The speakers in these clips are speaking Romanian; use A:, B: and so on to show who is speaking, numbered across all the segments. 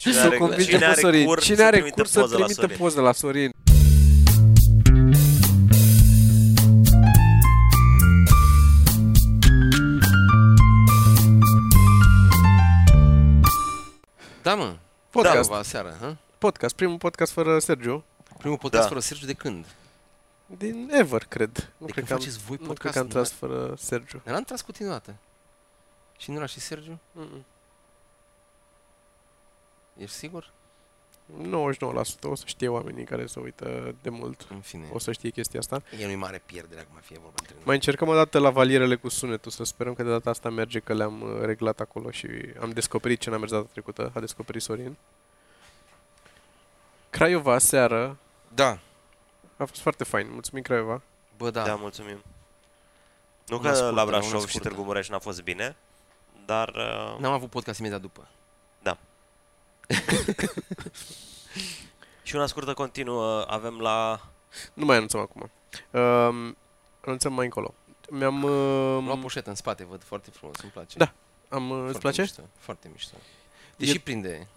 A: Cine
B: S-o
A: are,
B: convins
A: cine
B: pe
A: are
B: Sorin.
A: cur,
B: Cine
A: să
B: are
A: trimită
B: cur să
A: poză la
B: trimită
A: Sorin. Da.
B: poză la Sorin?
C: Da, mă.
B: Podcast.
C: Da, mă, seara, ha?
B: Podcast. Primul podcast fără Sergiu.
C: Primul podcast
A: Da.
C: fără Sergiu de când?
B: Din ever, cred. Nu
C: De
B: cred
C: când
B: că am,
C: faceți voi
B: nu cred
C: podcast?
B: că am tras fără Sergiu.
C: Dar n-am tras cu tine odată. Și Nura și Sergiu?
B: Mm-mm.
C: Ești sigur?
B: 99% o să știe oamenii care se uită de mult.
C: În fine.
B: O să știe chestia asta.
C: E nu-i mare pierdere acum, fie vorba între noi.
B: Mai încercăm o dată la valierele cu sunetul, să sperăm că de data asta merge, că le-am uh, reglat acolo și am descoperit ce n-am mers data trecută, a descoperit Sorin. Craiova, seară,
C: Da.
B: a fost foarte fain, mulțumim Craiova.
C: Bă, da.
A: Da,
C: da
A: mulțumim. Nu
C: Una
A: că
C: scurtă,
A: la
C: una
A: Brașov și
C: scurtă. Da.
A: Târgu Mureș n-a fost bine, dar uh,
C: N-am avut podcast imediat după.
A: și una scurtă continuă avem la...
B: Nu mai anunțăm acum. Um, anunțăm mai încolo. Mi-am...
C: Am luat
B: Um,
C: poșetă în spate, văd foarte frumos, îmi place.
B: Da, am uh,
C: Foarte
B: îți place?
C: Mișto, foarte mișto. Deși
B: E-
C: prinde.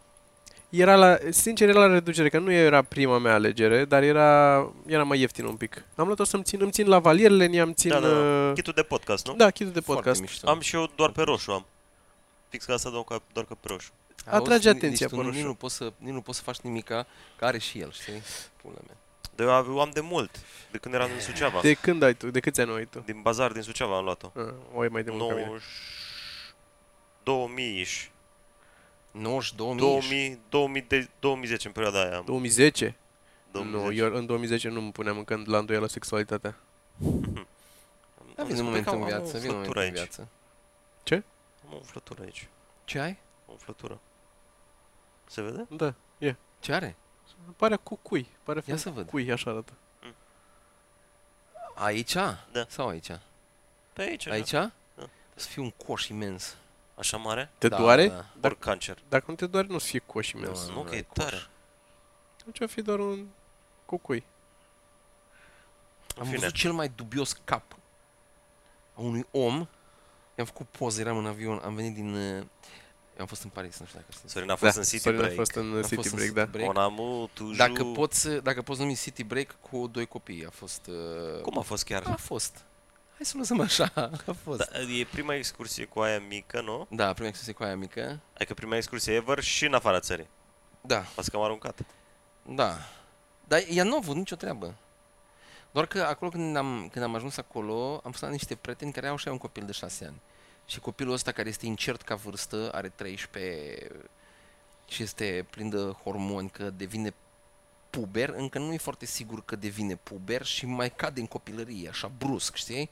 B: Era la, sincer, era la reducere, că nu era prima mea alegere, dar era, era mai ieftin un pic. Am luat-o să-mi țin, îmi țin la valierele, ne-am țin...
A: Da, da, da.
B: uh,
A: Chitul de podcast, nu?
B: da, chitul de
C: Foarte
B: podcast.
C: mișto.
A: Am și eu doar pe roșu am. Fix ca asta doar ca, doar că pe roșu.
C: Auzi,
B: Atrage
C: ni-
B: atenția
C: deci tu nu-
B: părușul.
C: nici nu, poți să, nici nu poți să faci nimica, că are și el, știi? Pula mea.
A: Dar eu ave- am de mult, de când eram din Suceava.
B: De când ai tu? De câți ani ai tu?
A: Din bazar din Suceava am luat-o.
B: Ah, o ai mai de mult ca mine.
A: 90... 2000 -ish.
C: 92
A: 2000, 2000 de, 2010 în perioada aia. am.
B: 2010?
A: 2010.
B: Nu, eu în 2010 nu îmi puneam încă la îndoială sexualitatea.
A: Am-
C: Da,
A: am-
C: vine un moment
A: am-
C: în
A: am
C: viață,
A: o
C: vine un moment
A: flătură
C: în
A: aici.
C: viață.
A: Am o umflătură aici.
C: Ce ai?
A: O umflătură. Se vede?
B: Da,
C: Ce are?
B: pare cu cui, pare
C: Ia
B: fel
C: să văd.
B: cui, așa arată.
C: Aici?
A: Da.
C: Sau aici? Ce
A: Pe aici. da.
C: aici?
A: Da.
C: O Să fie un coș imens.
A: Așa mare?
B: Te
C: Da,
B: doare?
C: da.
A: Ori cancer.
B: Dacă nu te doare, nu-ți fie coș imens.
C: Da.
A: Nu, că e
C: coș.
A: tare.
B: Atunci o fi doar un cucui.
A: În
C: Am
A: fine.
C: văzut cel mai dubios cap a unui om. I-am făcut poze, eram în avion, am venit din... uh, Am fost în Paris, nu știu dacă știți.
A: Sorin a fost în City
B: Da, Sorin
A: Break.
B: a fost în
C: Am
B: City
C: Da, fost în
B: Break,
C: City
B: da.
C: Break.
A: On amu, tu
C: Dacă poți, uh, dacă poți numi City Break cu doi copii, a fost... uh,
A: Cum a fost chiar?
C: A fost. Hai să lăsăm așa, a fost. Da,
A: Da, e prima excursie cu aia mică, nu?
C: da prima excursie cu aia mică.
A: Adică prima excursie ever și în afara țării.
C: Da,
A: Ați cam aruncat.
C: Da. Dar ea nu a avut nicio treabă. Doar că acolo când am, când am ajuns acolo, am fost la niște prieteni care au și ei un copil de 6 ani. Și copilul ăsta care este incert ca vârstă, are 13 și este plin de hormoni că devine puber, încă nu e foarte sigur că devine puber și mai cade în copilărie, așa brusc, știi?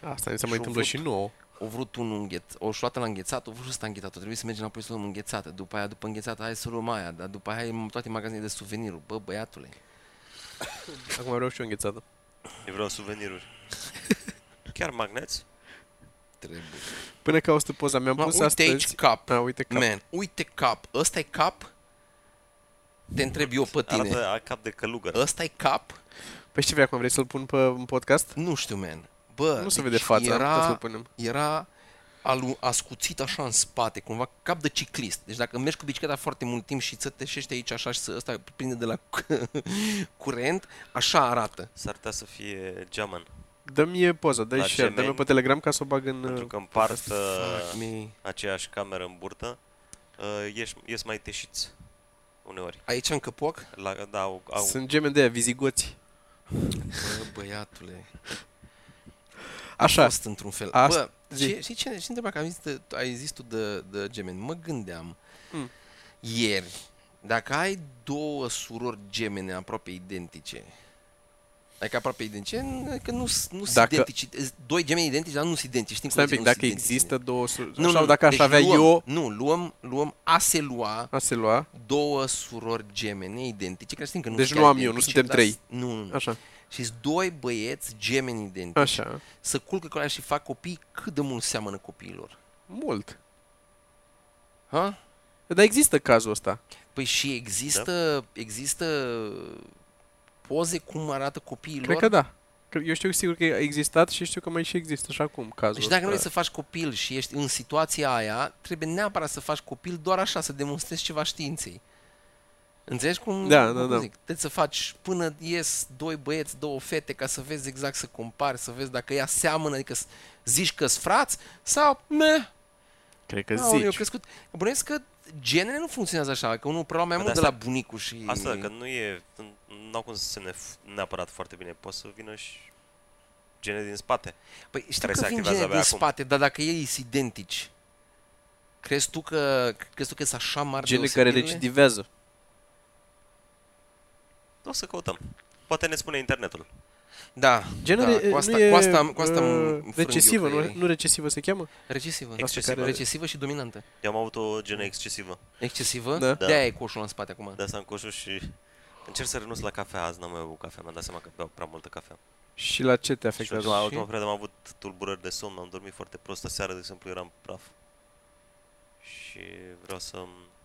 B: Asta ne se
C: Și
B: mai
C: au
B: întâmplă și
C: vrut-
B: nouă.
C: o vrut un îngheț, o șoată la înghețat, o vrut ăsta înghețat, o trebuie să mergem înapoi să luăm înghețată, după aia după înghețată, hai să luăm aia, dar după aia e toate magazinele de suveniruri, bă băiatule.
B: Acum vreau și o înghețată.
A: Eu vreau suveniruri. Chiar magneți?
C: Trebuie.
B: Până că auzi tu poza, mi-am
C: Mă,
B: pus
C: uite
B: astăzi...
C: aici cap,
B: A, uite cap.
C: man, uite cap, ăsta e cap? Te întreb eu pe tine, Ă.
A: Arată a cap de călugăr.
C: ăsta e cap?
B: Păi ce vrei acum, vrei să-l pun pe un podcast?
C: Nu știu, man. Bă,
B: Nu se
C: deci
B: vede fața, am putea să-l
C: era,
B: punem.
C: era alu- ascuțit așa în spate, cumva cap de ciclist. Deci dacă mergi cu bicicleta foarte mult timp și țăteșești aici așa și să- ăsta prinde de la curent, așa arată.
A: S-ar putea să fie geaman.
B: Dă-mi e poza, dă-i
A: La
B: share,
A: gemeni?
B: dă-mi pe Telegram ca să o bag în...
A: Pentru
B: uh,
A: că împart
C: Fuck
A: uh,
C: me.
A: aceeași cameră în burtă, uh, ieși, ies mai teșiți uneori.
C: Aici în căpoc?
A: La, da, au, au
B: uh, Sunt gemeni de aia, vizigoți.
C: Bă, băiatule.
B: Așa,
C: Fost într-un fel.
B: Ast-
C: Bă,
B: zi.
C: ce, știi ce, ce întrebare că ai zis, de, ai zis tu de, de gemeni? Mă gândeam
B: Mm.
C: ieri, dacă ai două surori gemene aproape identice, adică aproape identice, că nu sunt
B: Dacă-
C: identici, sunt doi gemeni identici, dar nu sunt identici. Știm
B: stai un
C: cum
B: pic,
C: zice, nu
B: dacă
C: sunt identici.
B: există două... sur-
C: nu, nu,
B: Sau
C: nu,
B: dacă aș
C: deci
B: avea
C: luăm,
B: eu...
C: Nu, luăm, luăm, a se lua
B: A se lua.
C: două surori gemene identice, care știm că nu
B: Deci
C: sunt
B: nu
C: chiar
B: am eu, nu
C: identice,
B: suntem
C: dar
B: trei.
C: sunt- Nu, nu, nu.
B: Așa,
C: Și doi băieți gemeni identici.
B: așa.
C: Să culcă cu alea și fac copii cât de mult seamănă copiilor.
B: Mult.
C: Ha?
B: Dar există cazul ăsta.
C: Păi și există, da. există poze cum arată copiii
B: Cred
C: lor
B: că da. Că eu știu sigur că a existat și știu că mai și există și acum cazul
C: Deci dacă nu vrei
B: ăsta.
C: să faci copil și ești în situația aia, trebuie neapărat să faci copil doar așa, să demonstrezi ceva științei. Înțelegi cum,
B: Da,
C: cum
B: da, da.
C: zic? Trebuie să faci până ies doi băieți, două fete, ca să vezi exact, să compari, să vezi dacă ea seamănă, adică s- zici că-s frați sau meh,
B: Cred că
C: aoleu,
B: zici.
C: eu crescut. Bănuiesc că genele nu funcționează așa, că unul probabil mai
A: Păi
C: mult de
A: de
C: la
A: asta-
C: bunicul și...
A: Asta, că nu e, n-au cum să se ne neapărat foarte bine, poate să vină și gene din spate.
C: Păi știu
A: care
C: că
A: se
C: vin
A: activează
C: gene din
A: abia acum.
C: spate, dar dacă ei sunt identici, crezi tu că crezi tu că sunt așa mari
B: Gene care
C: deosebirile?
B: recidivează.
A: O să căutăm. Poate ne spune internetul.
C: Da,
B: Genere
C: da,
B: eh,
C: cu asta,
B: nu e
C: cu asta, cu asta îmi-
B: eh,
C: îmi frâng eu
B: recesivă,
C: că
B: nu,
C: e-
B: nu recesivă se cheamă?
C: Recesivă.
A: Excesivă.
B: care-
C: Recesivă și dominantă.
A: Eu am avut o genă excesivă.
C: Excesivă?
B: Da.
A: Da.
C: De-aia e coșul ăla în spate acum.
A: De asta am coșul și încerc să renunț la cafea. Azi n-am mai avut cafea. Mi-am dat seama că beau prea multă cafea.
B: Și la ce te
A: Și
B: afectează?
A: la
C: și-
A: ultima perioadă am avut tulburări de somn. Am dormit foarte prost. Aseară, de exemplu, eram praf. Și vreau să...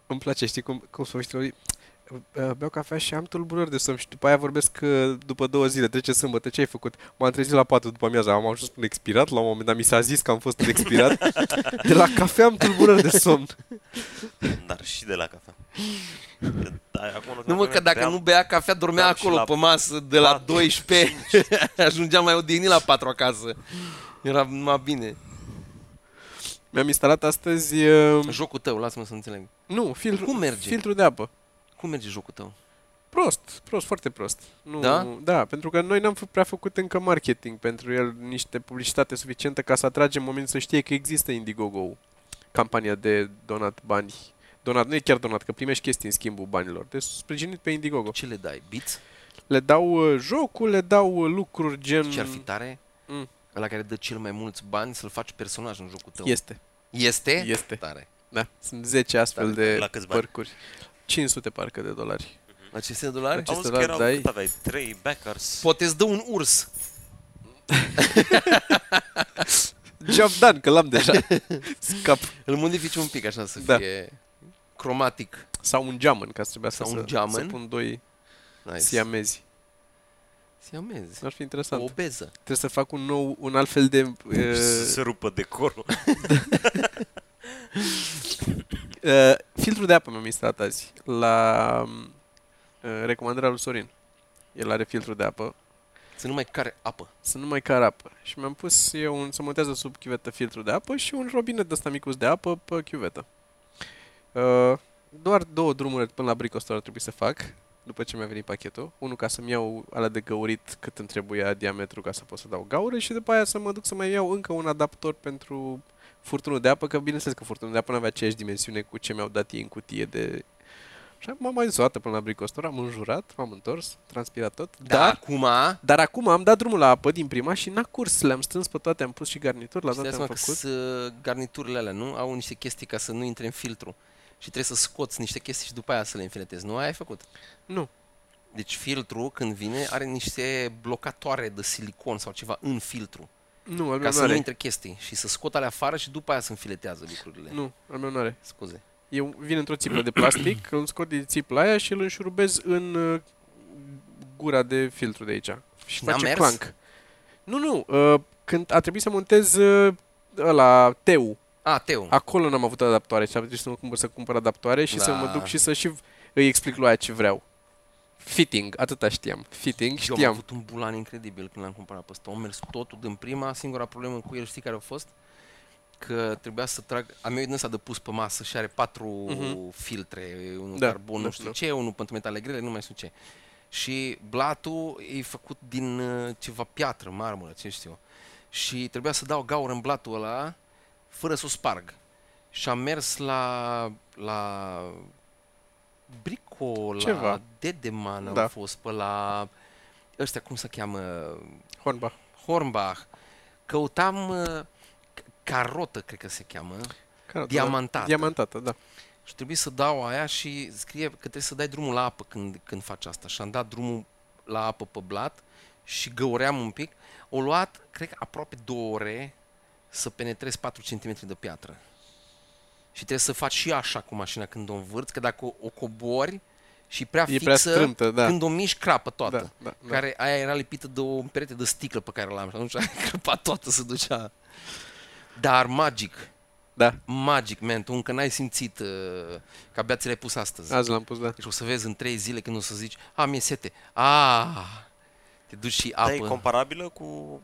B: Îmi place, știi cum, cum spui tu? uh, Beau cafea și am tulburări de somn și după aia vorbesc că după două zile trece sâmbătă, ce ai făcut? M-am trezit la 4 după amiaza, am ajuns până expirat la un moment dat, mi s-a zis că am fost în expirat. De la cafea am tulburări de somn.
A: Dar și de la cafea. Că, da, acum,
C: Nu mă, că dacă
A: beam-
C: nu bea cafea, dormea
A: beam și
C: acolo
A: la
C: pe masă de la
A: patru,
C: 12. Ajungea mai odihnit la 4 acasă. Era numai bine.
B: Mi-am instalat astăzi... uh,
C: Jocul tău, lasă-mă să înțeleg.
B: Nu, filtru,
C: Cum merge?
B: filtru de apă.
C: Cum merge jocul tău?
B: Prost, prost, foarte prost. Nu,
C: Da?
B: da, pentru că noi n-am fă- prea făcut încă marketing pentru el, niște publicitate suficientă ca să atragem oamenii să știe că există Indiegogo, campania de donat bani. Donat, nu e chiar donat, că primești chestii în schimbul banilor. Deci sprijinit pe Indiegogo.
C: Ce le dai? Beats?
B: Le dau uh, jocul, le dau uh, lucruri gen...
C: Ce ar fi tare?
B: Mm.
C: Ăla care dă cel mai mulți bani să-l faci personaj în jocul tău.
B: Este,
C: Este?
B: Este.
C: Tare.
B: da. Sunt 10 astfel
A: Dar
B: de
A: la câți bani?
B: părcuri. 500 parcă de dolari.
C: La 500 de dolari?
B: ce
A: Auzi
B: să
A: că
B: dau,
A: erau,
B: dai?
A: cât aveai? Trei backers.
C: Poate îți dă un urs.
B: Job done, că l-am deja. Scap.
C: Îl modifici un pic așa să
B: Da.
C: fie cromatic.
B: Sau un geamăn, ca să trebuia să,
C: Sau un
B: să, să
C: geamăn?
B: pun doi
C: Nice.
B: siamezi.
C: Siamezi.
B: Ar fi interesant.
C: Obeză.
B: Trebuie să fac un nou, un alt fel de...
A: Și să
B: Uh,
A: se rupă decorul.
B: uh, filtru de apă mi-am instalat azi, la um, uh, recomandarea lui Sorin. El are filtru de apă,
C: Să nu mai care apă.
B: să nu mai care apă. Și mi-am pus eu un, să montează sub chivetă filtru de apă și un robinet de ăsta micuț de apă pe chiuvetă. Uh, doar două drumuri până la bricostor ar trebui să fac, după ce mi-a venit pachetul. Unul ca să-mi iau ala de găurit cât îmi trebuia diametru ca să pot să dau gaură și după aia să mă duc să mai iau încă un adaptor pentru furtunul de apă, că bineînțeles că furtunul de apă nu avea aceeași dimensiune cu ce mi-au dat ei în cutie de... Și m-am mai dus o dată până la bricostor, am înjurat, m-am întors, transpirat tot,
C: Dar acum,
B: dar acum am dat drumul la apă din prima și n-a curs. Le-am strâns pe toate, am pus și garnituri, la
C: îți dai
B: toate am
C: seama că
B: făcut.
C: să, garniturile alea, nu? Au niște chestii ca să nu intre în filtru. Și trebuie să scoți niște chestii și după aia să le înfiletezi. Nu aia ai făcut.
B: Nu.
C: Deci filtru, când vine, are niște blocatoare de silicon sau ceva în filtru.
B: Nu, al
C: Ca
B: meu nu
C: să nu
B: are.
C: intre chestii. Și să scot alea afară și după aia să înfiletează lucrurile.
B: Nu, al meu nu are.
C: Scuze.
B: Eu vin într-o țiplă de plastic, îl scot din țipla aia și îl înșurubez în uh, gura de filtru de aici. Și
C: N-a
B: face
C: mers?
B: clank. Nu, nu. uh, Când a trebuit să montez uh, ăla, teu,
C: A, Teo.
B: acolo n-am avut adaptoare și a trebuit să mă cumpăr, să cumpăr adaptoare și să
C: Da.
B: mă duc și să și îi explic lui aia ce vreau. Fitting, atâta știam. Fitting,
C: Eu am
B: știam.
C: avut un bulan incredibil când l-am cumpărat pe ăsta. Am mers totul din prima, singura problemă cu el, știi care a fost? Că trebuia să trag, am eu din ăsta de pus pe masă și are patru
B: Mhm.
C: uh-huh. filtre, unul
B: Da,
C: da, carbon,
B: da,
C: nu știu
B: da.
C: ce, unul pentru metale grele, nu mai știu ce. Și blatul e făcut din uh, ceva piatră, marmură, ce știu eu. Și trebuia să dau gaură în blatul ăla fără să o sparg. Și am mers la, la Brico,
B: Ceva.
C: la Dedeman
B: Da.
C: am fost, pe la ăștia, cum se cheamă,
B: Hornbach.
C: Hornbach. Căutam uh, c- carotă, cred că se cheamă,
B: Carotă, da.
C: diamantată.
B: Diamantată, da.
C: și trebuie să dau aia și scrie că trebuie să dai drumul la apă când, când faci asta. Și am dat drumul la apă pe blat și găuream un pic. O luat, cred că aproape două ore să penetrezi 4 cm de piatră. Și trebuie să faci și așa cu mașina când o învârți, că dacă o, o cobori, și prea
B: E
C: fixă
B: prea strâmtă, da.
C: când o miști crapă toată.
B: da, da, da.
C: Care aia era lipită de o perete de sticlă pe care l-am și atunci crăpa toată se ducea. Dar magic,
B: da,
C: magic, man, tu încă n-ai simțit uh, că abia ți l-ai pus astăzi.
B: azi l-am pus, da.
C: Deci o să vezi în trei zile când o să zici, a, mi-e sete, a, te duci și
A: Dar e
C: apă.
A: comparabilă cu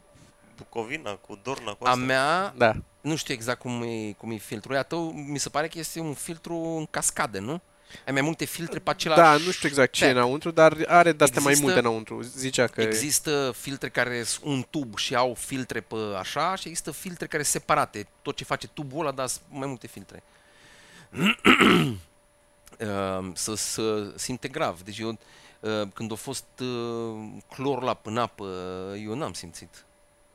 A: Bucovina, cu Dorna, cu
C: A
A: asta.
C: mea,
B: Da,
C: nu știu exact cum e, cum e filtrul. Ea tău, mi se pare că este un filtru în cascadă, nu? Ai mai multe filtre pe același...
B: da, nu știu exact ce e
C: pack.
B: înăuntru, dar are de-astea mai
C: Există-
B: multe înăuntru. Zicea că e-
C: Există filtre care sunt un tub și au filtre pe așa și există filtre care sunt separate. Tot ce face tubul ăla, dar sunt mai multe filtre. Uh, să, să simte grav. Deci eu, uh, când a fost uh, clor la în apă, eu n-am simțit.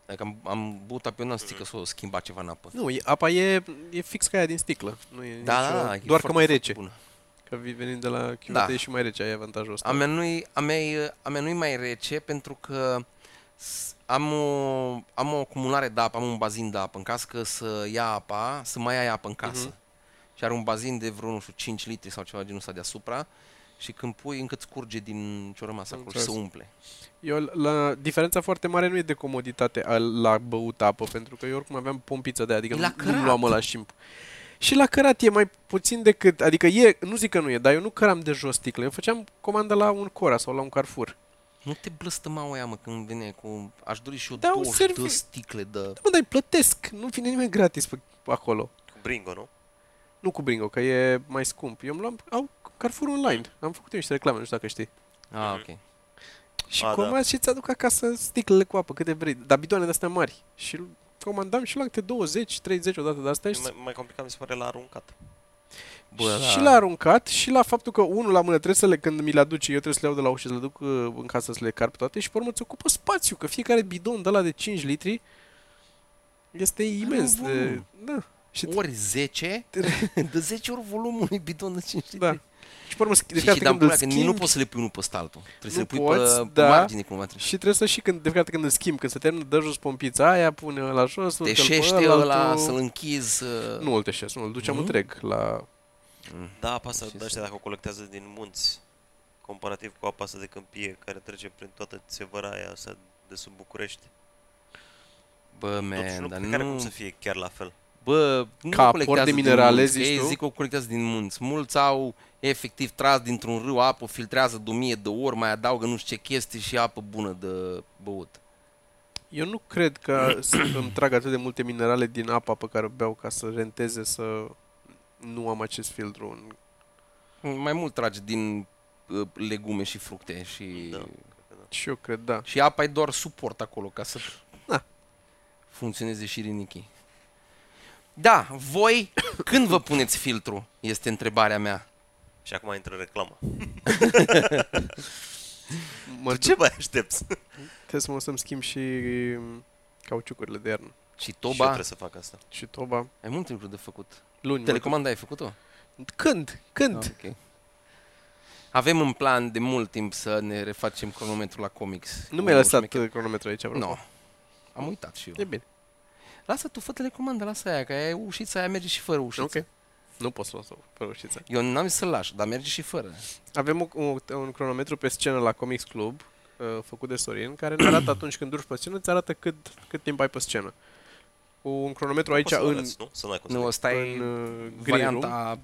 C: Adică am, am băut apă, eu n-am simțit că s-o schimba ceva în apă.
B: Nu, e- apa e, e fix ca aia din sticlă. Nu e
C: Da,
B: nicio...
C: da, da, e
B: doar că
C: foarte,
B: mai
C: foarte
B: rece.
C: bună.
B: Că vi- venind de la chilote
C: Da.
B: e și mai rece, ai avantajul ăsta.
C: A mea, nu-i, a, mea, e- a mea nu-i mai rece pentru că s- am o, am o acumulare de apă, am un bazin de apă în casă, că să ia apa, să mai ai apă în
B: Mhm.
C: casă. Și are un bazin de vreo, nu știu, 5 litri sau ceva genul ăsta deasupra și când pui, încă îți curge din ce-o rămas
B: Am
C: acolo și
B: înțeles.
C: se umple.
B: Eu, la, diferența foarte mare nu e de comoditate a, la băut apă, pentru că eu oricum aveam pompiță de aia, adică
C: E la
B: nu, nu
C: cărat.
B: luam ăla și... Și la cărat e mai puțin decât, adică e, nu zic că nu e, dar eu nu căram de jos sticlă, eu făceam comandă la un Cora sau la un Carrefour.
C: Nu te blăstăma oia, mă, când vine cu... Aș dori și eu
B: Da, un
C: 20
B: servi-
C: de sticle de...
B: Da, mă, dar îi plătesc, nu vine nimeni gratis pe, pe acolo.
A: Cu Bringo, nu?
B: Nu cu Bringo, că e mai scump. Eu îmi luam, au Carrefour online, am făcut eu niște reclame, nu știu dacă știi. Da.
C: Ah,
A: Mhm.
C: ok.
B: Și
A: A, da.
B: comanzi și ți aduc acasă sticlele cu apă, câte vrei, dar bidoane de astea mari. Și comandam și luam câte 20, 30 odată de astea
A: E
B: și,
A: mai, mai complicat mi se pare la aruncat.
C: Bă, da.
B: și l-a aruncat și la faptul că unul la mână trebuie să le, când mi le aduce, eu trebuie să le iau de la ușă, să le duc uh, în casă să le carp toate și pe urmă îți ocupă spațiu, că fiecare bidon de la de 5 litri este
A: Ah,
B: imens.
C: un
B: De,
C: volum.
B: da. Și,
C: Ori 10, de 10 ori volumul unui bidon de 5 litri.
B: da. și pe urmă, schi- de
C: Deci,
B: fiecare
C: și, dar
B: când îl
C: pula, că nici nu
B: schimbi-
C: poți să le pui unul peste altul. Trebuie să
B: Nu
C: le pui
B: poți,
C: pe,
B: da.
C: pe margine cumva. Trebuie.
B: și trebuie să și când, de fiecare când îl schimb, când se termină, dă jos pompița aia, pune la jos, urcă-l pe
C: Deșește
B: ăla,
C: ăla,
B: altul.
C: să-l închizi. uh,
B: Nu îl deșez, nu, îl duceam
C: Nu?
B: întreg la...
A: Da, apa asta
C: Ce
A: de ăștia
C: să-
A: dacă o colectează din munți, comparativ cu apa asta de câmpie, care trece prin toată țevăra aia asta de sub București.
C: Bă,
A: Totuși
C: man,
A: nu
C: dar
A: cred care cum
C: nu...
A: să fie chiar la fel.
C: Bă, nu
B: Ca
C: o
B: aport de
C: colectează din
B: minerale,
C: munți,
B: zici
C: ei
B: tu?
C: zic că o colectează din munți. Mulți au efectiv tras dintr-un râu apă, filtrează de o mie de ori, mai adaugă nu știu ce chestii și apă bună de băut.
B: Eu nu cred că să îmi trag atât de multe minerale din apa pe care o beau ca să renteze să nu am acest filtru. în-
C: Mai mult trage din uh, legume și fructe și...
A: Da.
B: Și eu cred, da.
C: Și apa e doar suport acolo ca să
B: Da.
C: funcționeze și rinichii. Da, voi când vă puneți filtru? Este întrebarea mea.
A: Și acum intră reclama.
B: Mă
A: Tu
B: duc,
A: ce mai aștepți?
B: trebuie să mă să-mi schimb și cauciucurile de iarnă.
C: Și
A: Și eu
C: Toba,
A: trebuie să fac asta.
B: Și toba.
C: ai multe lucruri de făcut.
B: Luni. mă
C: Telecomanda ai făcut-o?
B: duc. Când? Când?
C: Ah, ok. Avem un plan de mult timp să ne refacem cronometrul la comics.
B: Nu mi-ai lăsat cronometrul aici,
C: Nu.
B: apropo.
C: No. Am uitat și
B: E
C: eu.
B: bine.
C: Lasă tu, fă telecomanda, lasă aia, că aia e ușița, aia merge și fără ușiță.
B: Ok. Nu pot să las-o pe ușiță.
C: Eu n-am zis să-l lași, dar merge și fără.
B: Avem o, o, un cronometru pe scenă la Comics Club, uh, făcut de Sorin, care ne arată atunci când urci pe scenă, îți arată cât, cât timp ai pe scenă. Cu un cronometru aici
A: Poți să
B: în,
A: arăți, nu? Să n-ai cum
C: Nu,
A: să
C: ăsta
B: în
C: e
B: uh, green room
C: varianta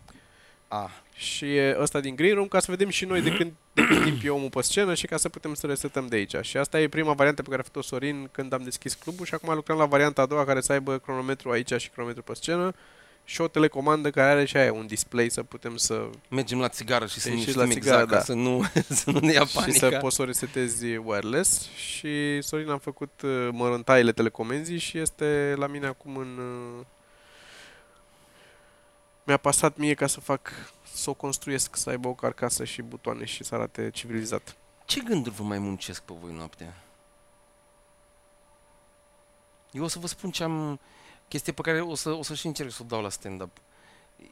C: A.
B: și e ăsta din green room ca să vedem și noi de când, de cât timp e omul pe scenă și ca să putem să resetăm de aici. Și asta e prima variantă pe care a făcut-o Sorin când am deschis clubul și acum lucrăm la varianta a doua care să aibă cronometru aici și cronometru pe scenă și o telecomandă care are și aia un display să putem să,
C: Mergem la țigară și să
B: Te
C: nu
B: ieși
C: știm
B: la țigară,
C: exact, da.
B: da.
C: să, nu, să nu ne ia
B: și
C: panica.
B: să poți să o resetezi wireless și Sorin am făcut uh, mărântaiele telecomenzii și este la mine acum în... uh, Mi-a pasat mie ca să fac, să o construiesc, să aibă o carcasă și butoane și să arate civilizat.
C: Ce gânduri vă mai muncesc pe voi noaptea? Eu o să vă spun ce am... Chestie pe care o să, o să și încerc să o dau la stand-up.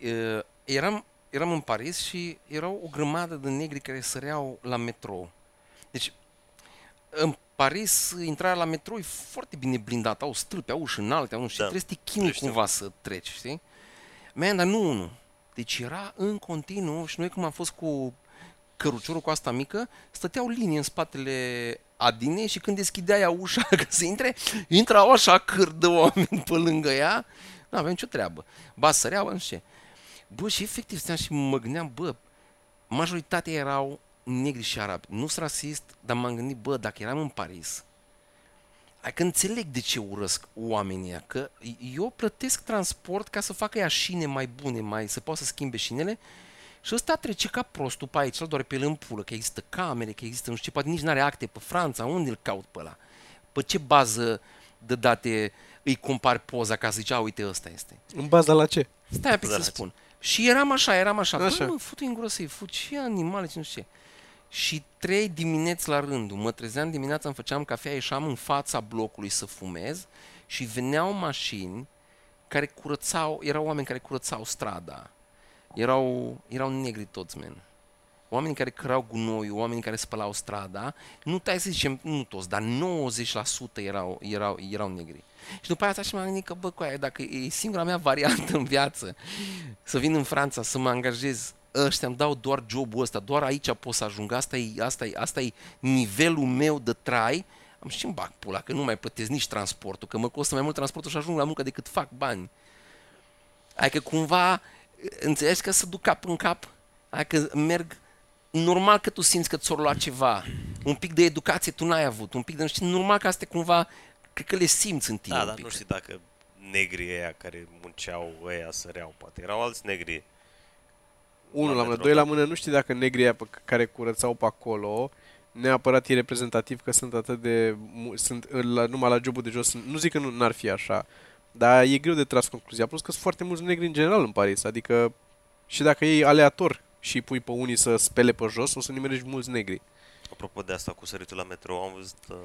C: Uh, eram, eram în Paris și erau o grămadă de negri care săreau la metrou. Deci, în Paris, intrarea la metrou e foarte bine blindată. Au stâlpi, au uși înalte, au nu știu,
A: Da.
C: da. trebuie să te chinui
A: Eu știu.
C: cumva să treci, știi? Man, dar nu unul. Deci era în continuu și noi cum am fost cu căruciorul cu asta mică, stăteau linie în spatele Adinei și când deschidea ea ușa ca să intre, intrau așa câr de oameni pe lângă ea. Nu aveam nicio treabă. Ba, săreau, nu știu ce. Bă, și efectiv stăteam și mă gândeam, bă, majoritatea erau negri și arabi. Nu sunt rasist, dar m-am gândit, bă, dacă eram în Paris, hai că înțeleg de ce urăsc oamenii ăia, că eu plătesc transport ca să facă ea șine mai bune, mai să poată să schimbe șinele și ăsta trece ca prostul pe aici, îl doare pe el în pulă, că există camere, că există nu știu ce, poate nici n-are acte pe Franța, unde îl caut pe ăla? Pe ce bază de date îi compari poza ca să zici, a, uite, ăsta este.
B: În baza la ce?
C: Stai pe să
A: Zărați.
C: spun. Și eram așa, eram așa.
B: Așa.
C: Bă, mă, fut în gură să-i fut și animale, ce nu știu ce. Și trei dimineți la rândul, mă trezeam dimineața, îmi făceam cafea, ieșeam în fața blocului să fumez și veneau mașini care curățau, erau oameni care curățau strada. Erau, erau negri toți, men. Oamenii care cărau gunoiul, oamenii care spălau strada, nu tai să zicem, nu toți, dar 90% erau, erau, erau negri. Și după aia și m-am gândit că, bă, cu aia, dacă e singura mea variantă în viață, să vin în Franța, să mă angajez, ăștia îmi dau doar jobul ăsta, doar aici pot să ajung, asta e, asta e, asta e nivelul meu de trai, am și îmi bag pula, că nu mai plătesc nici transportul, că mă costă mai mult transportul și ajung la muncă decât fac bani. Adică cumva, înțelegi că să duc cap în cap? Adică merg, normal că tu simți că ți-or luat ceva, un pic de educație tu n-ai avut, un pic de nu știu, normal că astea cumva, cred că le simți în tine
A: Da,
C: un
A: dar
C: pic.
A: nu știu dacă negrii ăia care munceau ăia săreau, poate. Erau alți negri.
B: Unul la
A: Oameni
B: mână,
A: de
B: doi la
A: drogă.
B: mână, nu știi dacă negrii aia pe c- care curățau pe acolo, neapărat e reprezentativ că sunt atât de... mu- sunt în- la, numai la jobul de jos, sunt- nu zic că nu, n-ar fi așa, dar e greu de tras concluzia, plus că sunt foarte mulți negri în general în Paris, adică și dacă iei aleator și îi pui pe unii să spele pe jos, o să nimerești mulți negri.
A: Apropo de asta cu săritul la metrou, am văzut... Uh,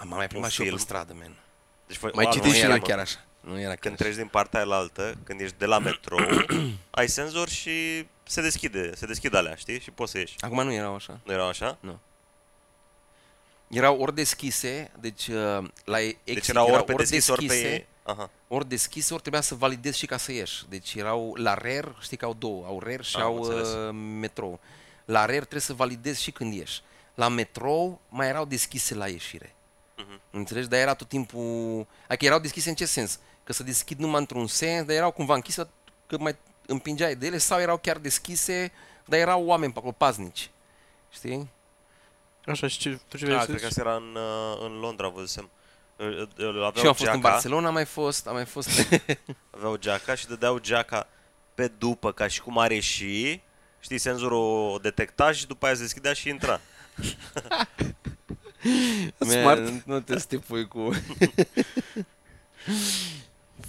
C: Am mai
A: un
C: primat și eu pe
A: film.
C: stradă, man.
A: deci, voi-
B: Mai
A: o,
B: citești
C: Nu
A: nu
B: și
A: era,
C: era
B: noi.
A: mă.
C: chiar așa. Nu era chiar
A: Când
C: așa.
A: treci din partea aia altă, când ești de la metrou, ai senzor și se deschide, se deschide alea, știi? Și poți să ieși.
C: Acum nu erau așa.
A: Nu erau așa?
C: Erau ori deschise, deci uh, la exit
A: Deci erau ori pe deschis, ori pe... Aha.
C: ori deschise, ori trebuia să validezi și ca să ieși. Deci erau la RER, știi că au două, au RER și
A: Am
C: au
A: înțeles.
C: uh, metrou. La RER trebuie să validezi și când ieși. La metrou mai erau deschise la ieșire.
A: Mhm.
C: Înțelegi? Dar era tot timpul... Adică erau deschise în ce sens? Că se deschid numai într-un sens, dar erau cumva închise că mai împingeai de ele sau erau chiar deschise, dar erau oameni pe acolo, paznici. Știi?
B: Așa, și ce, tu ce vrei
A: Da,
B: să
A: cred că
B: zici?
A: asta era în, uh, în Londra, văzusem. Îl- îl- îl
C: și eu
A: Aveau
C: am fost în
A: geaca,
C: Barcelona, am mai fost, am mai fost...
A: aveau geaca și dădeau geaca pe după, ca și cum are și, știi, senzorul o detecta și după aia se deschidea și intra.
B: Smart.
C: Man, nu te stipui cu...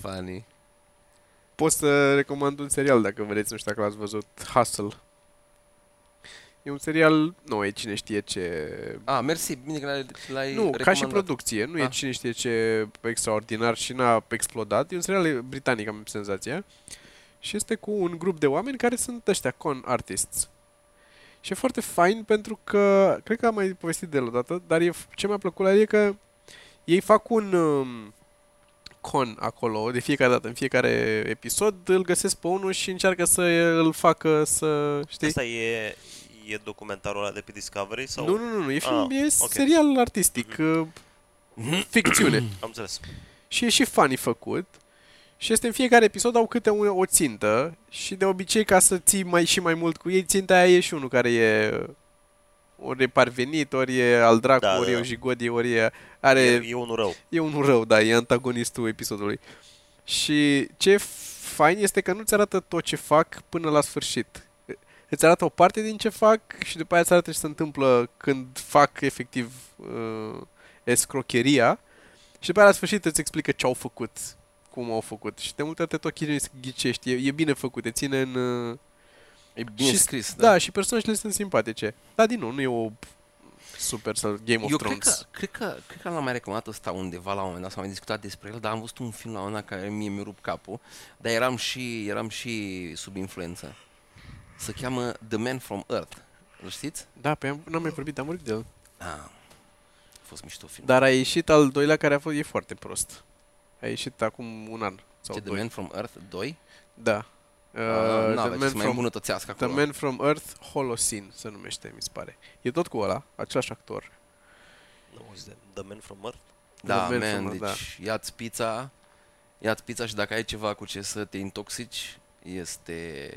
C: Funny.
B: Pot să recomand un serial dacă vreți, nu știu dacă l-ați văzut, Hustle. E un serial, nu e cine știe ce
C: A, mersi, bine că l-ai, l-ai
B: Nu, ca și
C: recomandat.
B: producție. Nu e
C: Ah.
B: cine știe ce extraordinar și n-a explodat. E un serial britanic, am senzația. Și este cu un grup de oameni care sunt ăștia, con artists. Și e foarte fain pentru că, cred că am mai povestit de el odată, dar e, ce mi-a plăcut la el e că ei fac un um, con acolo, de fiecare dată, în fiecare episod, îl găsesc pe unul și încearcă să îl facă să, știi?
A: Asta e, e documentarul ăla de pe Discovery sau?
B: Nu, nu, nu, nu, e, film,
A: Ah,
B: e
A: ok. Mm-hmm.
B: serial artistic,
A: Hmm?
B: uh, ficțiune.
A: Am înțeles.
B: Și e și funny făcut. Și este în fiecare episod au câte un, o țintă și de obicei ca să ții mai și mai mult cu ei, ținta aia e și unul care e ori e parvenit, ori e al dracu,
A: Da, da,
B: ori e
A: da.
B: o jigodie, ori e, are,
A: E,
B: e,
A: e unul rău.
B: e unul rău, da, e antagonistul episodului. Și ce e fain este că nu-ți arată tot ce fac până la sfârșit. Îți arată o parte din ce fac și după aia îți arată ce se întâmplă când fac efectiv uh, escrocheria și după aia la sfârșit îți explică ce au făcut, cum au făcut. Și de multe ori te tot ghici- ghicești, e, e bine făcut, te ține în... uh,
C: E bine
B: și,
C: scris,
B: da.
C: da.
B: da, și personajele sunt simpatice. Dar din nou, nu e o super sau Game of
C: Eu cred
B: Thrones.
C: că, cred că, cred că l-am mai recomandat ăsta undeva la un moment dat, sau am mai discutat despre el, dar am văzut un film la un moment dat care mie mi-a rupt capul, dar eram și, eram și sub influență. Se cheamă The Man From Earth. Îl știți?
B: Da, pe am, n-am mai vorbit, am vorbit de el.
C: A, a fost mișto film.
B: Dar a ieșit al doilea care a fost, e foarte prost. A ieșit acum un an sau
C: Ce, The Ah,
B: doi.
C: Man From Earth 2?
B: Da.
C: Uh,
B: the,
C: n-avea ce
B: Man
C: să mai
B: from,
C: îmbunătățească
B: the
C: acolo.
B: Man from Earth Holocene se numește, mi se pare. E tot cu ăla, același actor.
A: Nu auzi de The Man from Earth?
C: Da,
B: The Man
C: man,
B: from-
C: deci ia-ți pizza, ia-ți pizza și dacă ai ceva cu ce să te intoxici, este...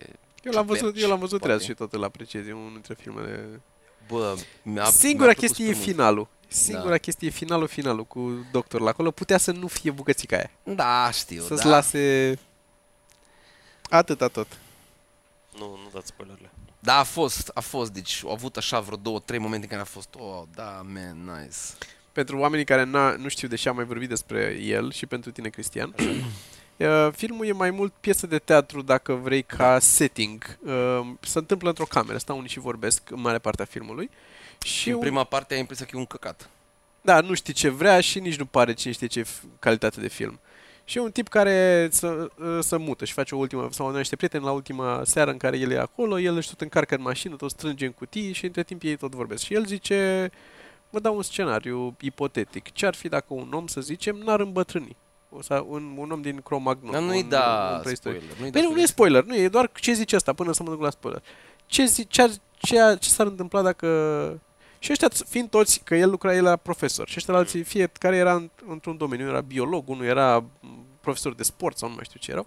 B: Eu l-am văzut,
C: Ciuperci,
B: eu l-am văzut
C: poate.
B: treaz și tot îl apreciez, e unul dintre filmele.
C: Bă, mi-a,
B: Singura
C: mi-a plăcut
B: chestie e
C: super mult. Da.
B: finalul. Singura chestie e finalul, finalul cu doctorul acolo. Putea să nu fie bucățica aia.
C: Da, știu,
B: Să-ți
C: da.
B: lase atâta tot.
A: Nu, nu dați spoilerele.
C: Da, a fost, a fost, deci au avut așa vreo două, trei momente în care a fost, oh, da, man, nice.
B: Pentru oamenii care n-a, nu știu, deși am mai vorbit despre el și pentru tine, Cristian, uh, filmul e mai mult piesă de teatru, dacă vrei, ca setting. Uh, Se întâmplă într-o cameră, stau unii și vorbesc în mare parte a filmului. Și
C: în
B: un-
C: prima parte ai impresia că e un căcat.
B: Da, nu știi ce vrea și nici nu pare cine știe ce f- calitate de film. Și e un tip care să, ă, să mută și face o ultimă, sau avea niște prieteni la ultima seară în care el e acolo, el își tot încarcă în mașină, tot strânge în cutii și între timp ei tot vorbesc. Și el zice, mă dau un scenariu ipotetic. Ce ar fi dacă un om, să zicem, n-ar îmbătrâni? O să, un, un om din Cro-Magnon.
C: Dar nu-i
B: un- un
C: da
B: preistoric.
C: spoiler. Nu-i da
B: Păi nu, nu e
C: spoiler.
B: spoiler, nu e, e doar ce zice asta până să mă duc la spoiler. Ce, zi, ce, ar, ce, ar- ce s-ar întâmpla dacă... Și ăștia ți- fiind toți, că el lucra el la profesor și ăștia la alții, fie care era în- într-un domeniu, era biolog, unul era m, profesor de sport sau nu mai știu ce erau,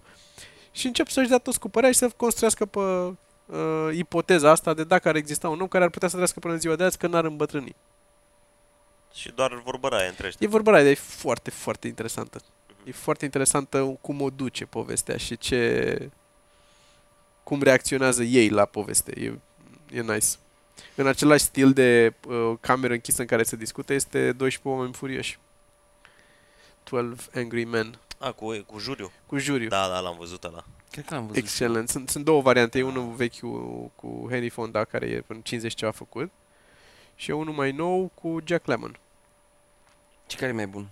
B: și încep să-și dea toți cu părerea și să construiască pe uh, ipoteza asta de dacă ar exista un om care ar putea să trăiască până în ziua de azi, că n-ar îmbătrâni.
A: Și doar vorbăra aia întrește.
B: E vorba aia, dar e foarte, foarte interesantă. E foarte interesantă cum o duce povestea și ce... cum reacționează ei la poveste. E, e nice. În același stil de uh, cameră închisă în care se discută este 12 oameni furioși. 12 Angry Men.
A: A, cu, cu juriu.
B: Cu juriu.
A: Da, da, l-am văzut ăla.
C: Cred că l-am văzut.
B: Excelent. Sunt, sunt două variante. E unul vechi cu- cu Henry Fonda, care e în 50 ceva făcut. Și e unul mai nou cu Jack Lemmon.
C: Ce care e mai bun?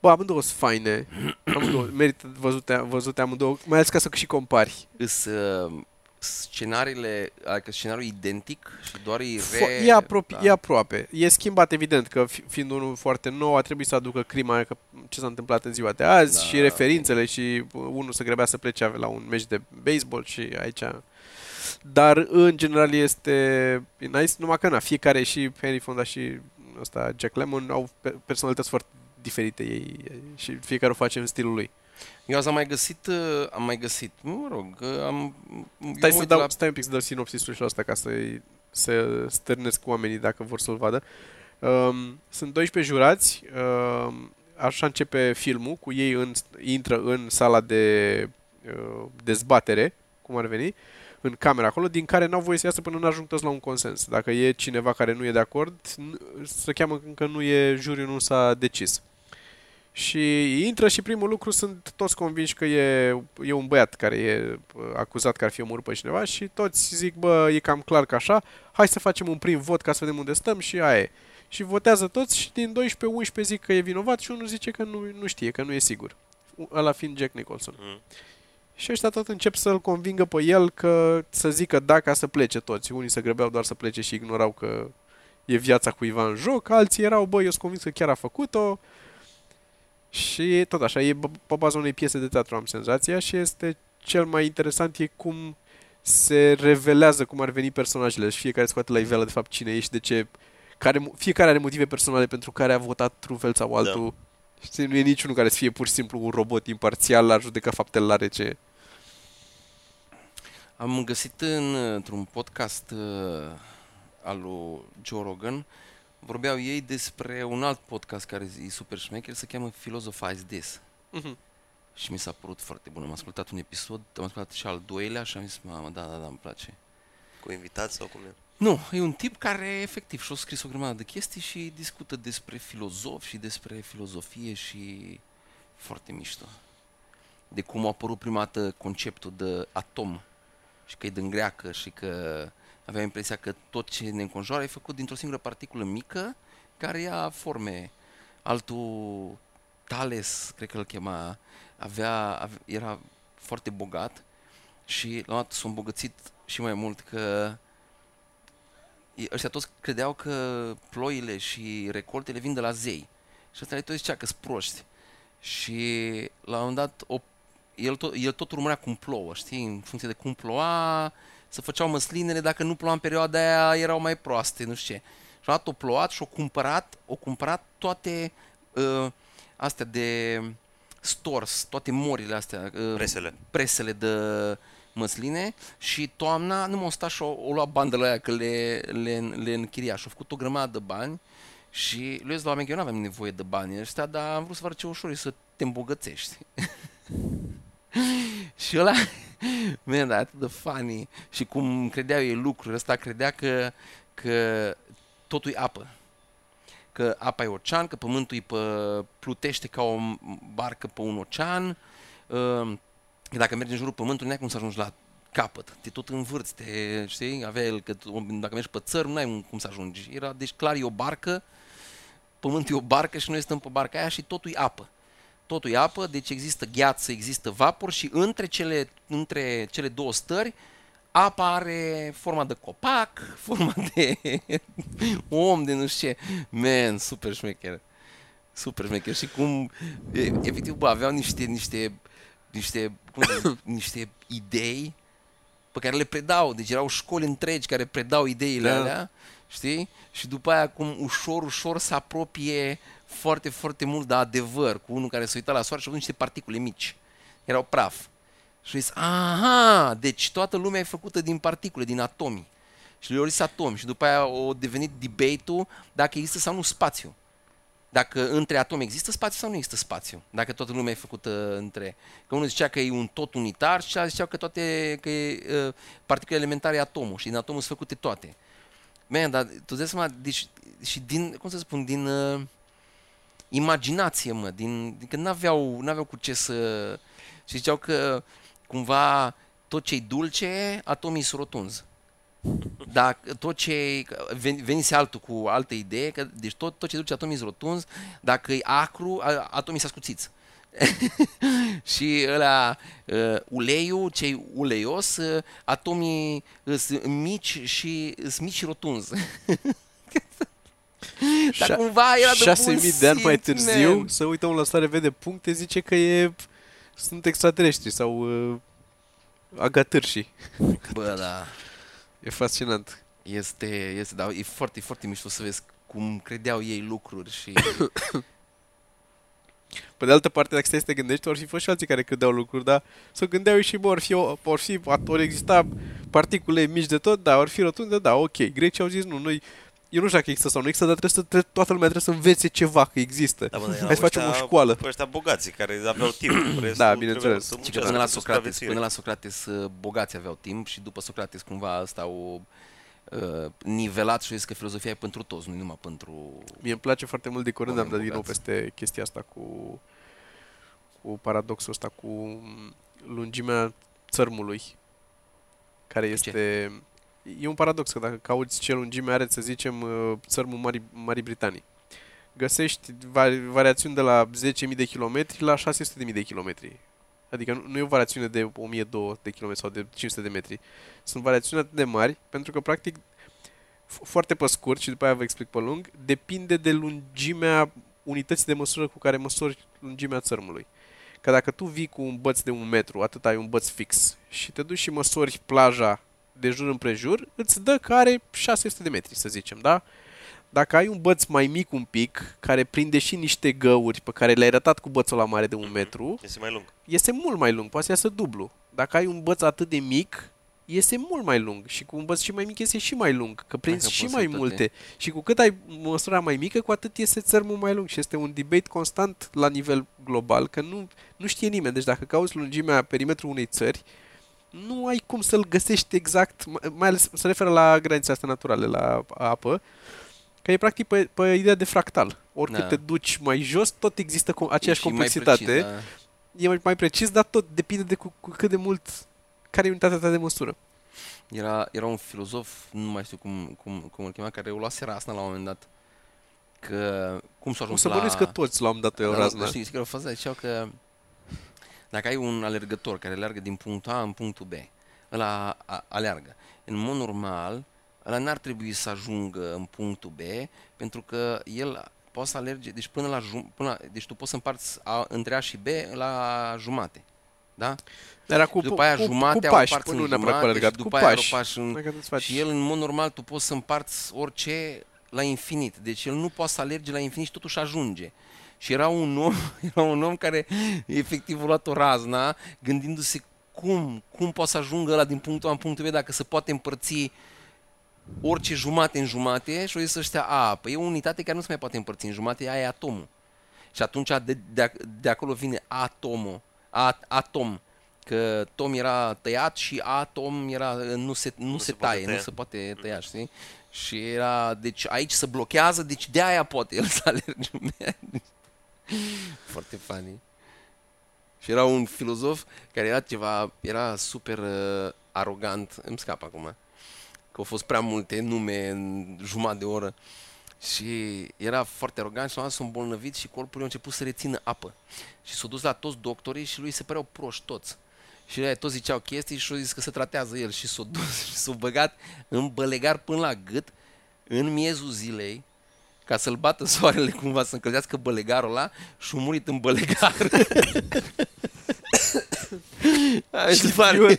B: Bă, amândouă sunt faine. Amândouă, merită văzute, văzute amândouă, mai ales ca să și compari.
C: Îs uh, scenariile, adică scenariul identic și doar e re...
B: Fo- e, apropi-
C: da.
B: e aproape. E schimbat, evident, că fi- fiind unul foarte nou, a trebuit să aducă crima aia, că ce s-a întâmplat în ziua de azi
C: Da,
B: și referințele și uh, unul se grebea să plece la un meci de baseball și aici... Dar, în general, este e nice, numai că na, fiecare și Henry Fonda și ăsta, Jack Lemmon au pe- personalități foarte diferite ei e- și fiecare o face în stilul lui.
C: Eu azi am mai găsit, uh, am mai găsit, mă rog, uh, am... eu
B: Stai
C: mă
B: să
C: uit
B: dau,
C: la-
B: stai un pic să dau sinopsisul și la asta ca să, să stârnesc oamenii dacă vor să-l vadă. Um, sunt 12 jurați, um, așa începe filmul, cu ei în, intră în sala de uh, dezbatere, cum ar veni, în camera acolo, din care n-au voie să iasă până nu ajung toți la un consens. Dacă e cineva care nu e de acord, n- se cheamă că încă nu e, juriul nu s-a decis. Și intră și primul lucru sunt toți convinși că e, e un băiat care e uh, acuzat că ar fi omorât pe cineva și toți zic, bă, e cam clar că așa, hai să facem un prim vot ca să vedem unde stăm și aia e. Și votează toți și din 12-11 zic că e vinovat și unul zice că nu, nu știe, că nu e sigur. U- Ăla fiind Jack Nicholson.
A: Mm.
B: Și ăștia tot încep să-l convingă pe el că să zică da ca să plece toți. Unii se grăbeau doar să plece și ignorau că e viața cuiva în joc, alții erau, bă, eu sunt convins că chiar a făcut-o. Și tot așa, e b- pe baza unei piese de teatru, am senzația, și este cel mai interesant e cum se revelează cum ar veni personajele și fiecare scoate la iveală de fapt cine e și de ce care, mo- fiecare are motive personale pentru care a votat într-un fel sau altul. Da. Știi, nu e niciunul care să fie pur și simplu un robot imparțial la judeca faptele la rece.
C: Am găsit în, într-un podcast uh, al lui Joe Rogan, vorbeau ei despre un alt podcast care e super șmecher, se cheamă Philosophize This.
B: Mhm.
C: Și mi s-a părut foarte bun. Am ascultat un episod, am ascultat și al doilea și am zis, mamă, da, da, da, îmi place.
A: Cu invitați sau cum e?
C: Nu, e un tip care efectiv și-a scris o grămadă de chestii și discută despre filozofi și despre filozofie și foarte mișto. De cum a apărut prima dată conceptul de atom și că e din greacă și că avea impresia că tot ce ne înconjoară e făcut dintr-o singură particulă mică care ia forme. Altul Tales, cred că îl chema, avea, ave- era foarte bogat și la un moment dat s-a îmbogățit și mai mult că ei- ăștia toți credeau că ploile și recoltele vin de la zei. Și asta le tot zicea că sunt proști. Și la un moment dat o, el tot, el tot urmărea cum plouă, știi, în funcție de cum ploua, se făceau măslinele, dacă nu ploua în perioada aia erau mai proaste, nu știu ce. Și a plouat și o cumpărat, o cumpărat toate uh, astea de stores, toate morile astea, uh,
A: Presele.
C: presele de măsline și toamna nu m-a stat și o, o lua bandele aia că le, le, le închiria și a făcut o grămadă de bani și lui zis la oameni că eu nu aveam nevoie de bani ăștia, dar am vrut să văd ce ușor e să te îmbogățești. și ăla, man, dar atât de funny și cum credeau ei lucruri, ăsta credea că, că totul e apă că apa e ocean, că pământul îi pă, plutește ca o barcă pe un ocean, uh, că dacă mergi în jurul pământului, n-ai cum să ajungi la capăt, te tot învârți, te, știi, avea el, că tu- dacă mergi pe țări, nu ai cum să ajungi. Era, deci clar, e o barcă, pământul e o barcă și noi stăm pe barca aia și totul e apă. Totul e apă, deci există gheață, există vapor și între cele, între cele două stări, apa are forma de copac, forma de om, de nu știu ce. Man, super șmecher. Super șmecher. Și cum, e, efectiv, bă, aveau niște, niște, niște, cum să zic, niște idei pe care le predau. Deci erau școli întregi care predau ideile
B: Da.
C: da. alea, știi? Și după aia cum ușor, ușor se apropie foarte, foarte mult de adevăr cu unul care se uita la soare și a văzut niște particule mici. Erau praf. Și a zis, aha, deci toată lumea e făcută din particule, din atomi. Și lui au zis atomi. Și după aia a devenit debate-ul dacă există sau nu spațiu. Dacă între atomi există spațiu sau nu există spațiu. Dacă toată lumea e făcută între... Că unul zicea că e un tot unitar și alții ziceau că toate... Că e, uh, particula elementară e atomul și din atomul sunt făcute toate. Man, dar tu dai seama, deci, și din, cum să spun, din uh, imaginație, mă, din, din că n-aveau, n-aveau cu ce să... Și ziceau că cumva tot ce-i dulce, atomii sunt rotunzi. Dar tot ce ven- venise altul cu altă idee, că, deci tot, tot ce duce atomii sunt rotunzi, dacă e acru, a- atomii sunt ascuțiți. și ăla, uh, uleiul, cei uleios, uh, atomii uh, sunt mici și sunt mici și rotunzi. Dar
B: Șa-
C: cumva era de bun
B: 6000 de ani mai
C: simț,
B: târziu,
C: man.
B: să uită un lăsare vede puncte, zice că e... Sunt extraterestri sau uh, agatârșii.
C: Bă, da.
B: E fascinant.
C: Este, este, dar e foarte, foarte mișto să vezi cum credeau ei lucruri și...
B: Pe de altă parte, dacă stai să te gândești, ar fi fost și alții care credeau lucruri, dar să gândeau ei și bă, ar fi, o- ar fi, ar exista particule mici de tot, da, ar fi rotunde, da, ok. Grecii au zis, nu, noi, eu nu știu dacă există sau nu există, dar trebuie să, trebuie, toată lumea trebuie să învețe ceva, că există.
A: Da, bă, dar
B: Hai să facem o
A: ăștia-
B: școală.
A: Pe ăștia bogații care aveau timp.
B: Da,
A: Restul trebuia
B: bineînțeles.
A: să
B: Și
A: muncească
C: Până la
A: pentru
C: Socrates,
A: supraviețuire.
C: până la Socrates uh, bogații aveau timp și după Socrates cumva ăsta o uh, nivelat și a zis că filozofia e pentru toți, nu numai pentru...
B: Mie îmi place foarte mult de curând, am
C: Oameni
B: dat din nou
C: bogați.
B: peste chestia asta cu, cu paradoxul ăsta, cu lungimea țărmului, care
C: ce?
B: este... E un paradox, că dacă cauți ce lungime are, să zicem, uh, țărmul Marii, Marii Britanii, găsești vari- variațiuni de la 10.000 de kilometri la 600.000 de kilometri. Adică nu, nu e o variațiune de 1.200 de kilometri sau de 500 de metri. Sunt variațiuni atât de mari, pentru că, practic, f- foarte pe scurt și după aia vă explic pe lung, depinde de lungimea unității de măsură cu care măsori lungimea țărmului. Că dacă tu vii cu un băț de un metru, atât ai un băț fix, și te duci și măsori plaja de jur împrejur, îți dă că are 600 de metri, să zicem, da? Dacă ai un băț mai mic un pic, care prinde și niște găuri pe care le-ai rătat cu bățul la mare de un metru,
A: Este mai lung.
B: este mult mai lung, poate să iasă dublu. Dacă ai un băț atât de mic, este mult mai lung și cu un băț și mai mic este și mai lung, că prinzi
C: Dacă
B: și
C: poți
B: mai
C: să tot
B: multe. Și cu cât ai măsura mai mică, cu atât este țărmul mai lung și este un debate constant la nivel global, că nu, nu știe nimeni. Deci dacă cauți lungimea perimetrului unei țări, nu ai cum să-l găsești exact, m- mai ales se referă la granițe astea naturale, la apă, că e practic pe, pe ideea de fractal. Oricât
C: Da.
B: te duci mai jos, tot există co- aceeași
C: și mai
B: complexitate
C: Precis, da.
B: e mai, mai precis, dar tot depinde de cu, cu cât de mult care e unitatea ta de măsură.
C: Era, era un filozof, nu mai știu cum, cum, cum îl chema, care o luase rasna la un moment dat. Că cum s-a
B: O
C: ajuns
B: să
C: la...
B: bănuiesc că toți l-am dat eu
C: Dar
B: razna.
C: Știi, știi care o fază? Ziceau că dacă ai un alergător care aleargă din punctul A în punctul B, ăla a- aleargă. În mod normal, ăla n-ar trebui să ajungă în punctul B, pentru că el poate să alerge, deci până la, jum- până la deci tu poți să împarți A, între A și B la jumate. Da?
B: Era cu,
C: Cu, după aia
B: cu,
C: jumatea
B: cu pași,
C: o parți
B: nu
C: în
B: neapărat cu
C: jumate și
B: alergat, cu
C: după aia o
B: pași.
C: pași în...
B: Dacă îți faci-
C: Și el, în mod normal, tu poți să împarți orice la infinit. Deci el nu poate să alerge la infinit și totuși ajunge. Și era un om, era un om care efectiv a luat o razna gândindu-se cum, cum poate să ajungă la din punctul A în punctul B dacă se poate împărți orice jumate în jumate și o zis ăștia, a, păi e o unitate care nu se mai poate împărți în jumate, aia e atomul. Și atunci de, de, de acolo vine atomul, a, atom, că tom era tăiat și atom era, nu se, nu, nu se,
A: se
C: se
A: poate
C: taie, nu
A: tăia.
C: se poate tăia, știi? Și era, deci aici se blochează, deci de aia poate el să alerge. Foarte funny. Și era un filozof care era ceva, era super uh, arogant, îmi scap acum, că au fost prea multe nume în jumătate de oră. Și era foarte arogant și la un moment dat s-a îmbolnăvit și corpul lui a început să rețină apă. Și s-a dus la toți doctorii și lui se păreau proști toți. Și aia toți ziceau chestii și a zis că se tratează el și s-a dus și s-a băgat în bălegar până la gât în miezul zilei ca să-l bată soarele cumva să încălzească bălegarul ăla și a murit în bălegar. Așa se pare.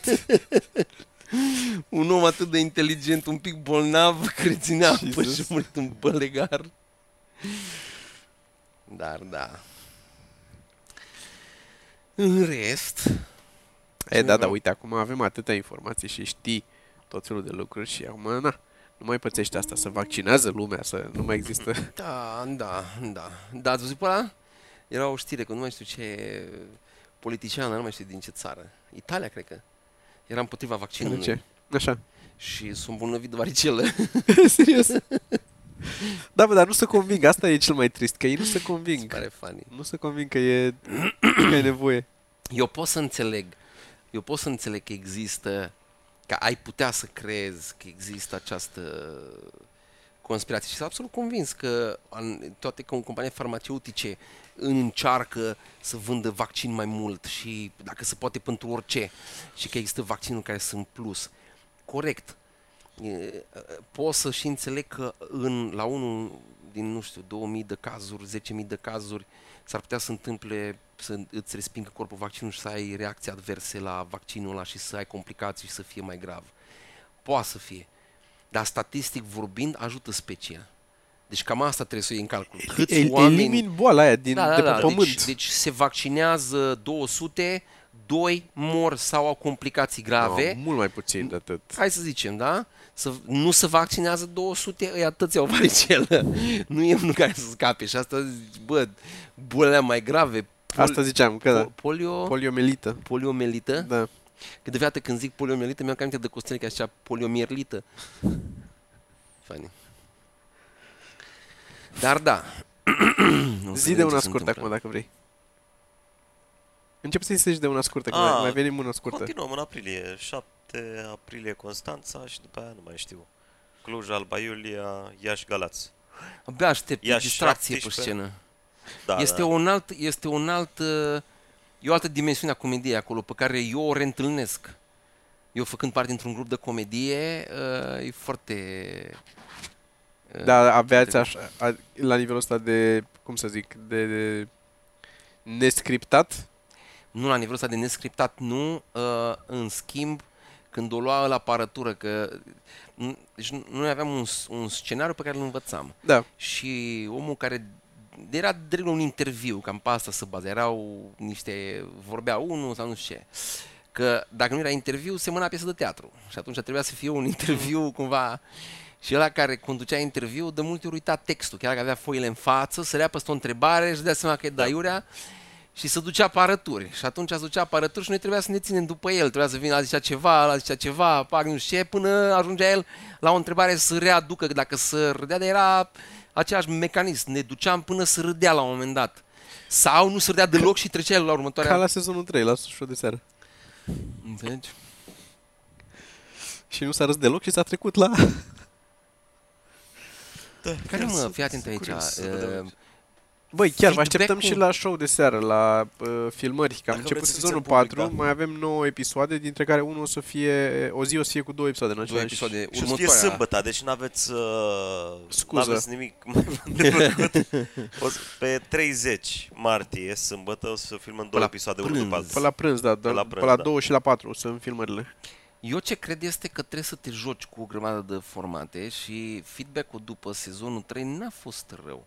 C: Un om atât de inteligent, un pic bolnav, care ținea apă
B: Jesus.
C: și a murit în bălegar. Dar da. În rest,
B: E, da, da, uite, acum avem atâtea informații și știi tot felul de lucruri și acum, na, nu mai pățești asta, să vaccinează lumea, să nu mai există.
C: Da, da, da. Da, ați văzut pe ăla? Era o știre cu nu mai știu ce politician, nu mai știu din ce țară. Italia, cred că. Era împotriva
B: Nu
C: vaccinului.
B: ce? Așa.
C: Și sunt îmbolnăvit de varicelă.
B: Serios. da, bă, dar nu se conving, asta e cel mai trist, că ei nu se
C: Mi
B: conving.
C: pare funny.
B: Nu se conving că e, că e nevoie.
C: Eu pot să înțeleg. Eu pot să înțeleg că există, că ai putea să crezi că există această conspirație. Și sunt absolut convins că an- toate că companii farmaceutice încearcă să vândă vaccin mai mult și dacă se poate pentru orice și că există vaccinuri care sunt plus. Corect. E, Pot să și înțeleg că în, la unul din, nu știu, 2000 de cazuri, 10.000 de cazuri, s-ar putea să întâmple să îți respingă corpul vaccinul și să ai reacții adverse la vaccinul ăla și să ai complicații și să fie mai grav. Poate să fie. Dar statistic vorbind, ajută specia. Deci cam asta trebuie să o iei în calcul. Câți
B: El, elimin boala aia din, de pe pământ.
C: deci, deci se vaccinează 200, 2 mor sau au complicații grave.
B: No, mult mai puțin de atât.
C: Hai să zicem, da? Să, nu se vaccinează 200, îi atâți au varicelă. nu e unul care să scape. Și asta, zici, bă, bolile mai grave. Pol-
B: Asta ziceam, că da.
C: po- polio,
B: Poliomelită.
C: poliomelită. Da.
B: Da.
C: Că de fiată când zic poliomelită, mi-am aminte de Costel, că așa poliomierlită. Funny. Dar da. Nu
B: Zi
C: înțeleg
B: de
C: ce
B: una
C: se
B: scurtă
C: întâmplă.
B: acum, dacă vrei. Încep să-i zici de una scurtă, că
A: Ah,
B: mai, mai venim una scurtă.
A: Continuăm în aprilie. 7 aprilie Constanța și după aia nu mai știu. Cluj, Alba Iulia, Iași, Galați.
C: Abia aștept
A: Ia
C: distracție pe
A: 17.
C: scenă.
A: Da,
C: este,
A: da.
C: un alt, este un alt, uh, e o altă dimensiune a comediei acolo pe care eu o reîntâlnesc. Eu făcând parte dintr-un grup de comedie, uh, e foarte... uh,
B: Dar Da, aveați
C: foarte-
B: așa, a, la nivelul ăsta de, cum să zic, de, de nescriptat?
C: Nu la nivelul ăsta de nescriptat, nu. Uh, în schimb, când o lua la aparatură, că... n- Deci n- noi aveam un, s- un scenariu pe care îl învățam.
B: Da.
C: și omul care era drept la un interviu, cam pe asta se baza, erau niște, vorbea unul sau nu știu ce, că dacă nu era interviu, semăna piesă de teatru și atunci trebuia să fie un interviu cumva și ăla care conducea interviu de multe ori uita textul, chiar dacă avea foile în față, să lea peste o întrebare și dea seama că e daiurea și se ducea pe arături. Și atunci se ducea pe arături și noi trebuia să ne ținem după el. Trebuia să vină, a zicea ceva, a zicea ceva, pac, nu știu ce, până ajungea el la o întrebare să readucă, că dacă să râdea, dar era același mecanism. Ne duceam până să râdea la un moment dat. Sau nu se râdea deloc și trecea el la
B: Ca
C: următoarea.
B: la sezonul 3, la show de seară.
C: Înțelegi?
B: Și nu s-a râs deloc și s-a trecut la...
A: Da,
C: Care
A: chiar
C: mă,
A: sunt-
C: fii atent
A: Da, sunt
C: aici.
B: Eh,
A: curios să vedem.
C: Uh,
B: Băi, chiar vă
C: feedback-ul-
B: așteptăm și la show de seară, la uh, filmări, că am
A: Dacă
B: început
A: vreți să
B: sezonul
A: fiți în public,
B: 4,
A: da.
B: mai avem 9 episoade, dintre care unul o să fie, o zi o să fie cu două episoade în
C: Două
B: același
C: episoade
A: Și o să fie
C: următoarea.
A: sâmbătă, deci nu aveți uh,
B: Scuză.
A: N-aveți nimic mai de făcut. O să- pe 30 martie, sâmbătă, o să filmăm două
C: Păi la
A: episoade unul după
C: prânz.
B: Pe
A: altul.
B: la prânz, da, pe
A: la
B: la,
A: prânz,
B: pe la
A: da.
B: 2 și la 4 sunt filmările.
C: Eu ce cred este că trebuie să te joci cu o grămadă de formate și feedback-ul după sezonul 3 n-a fost rău.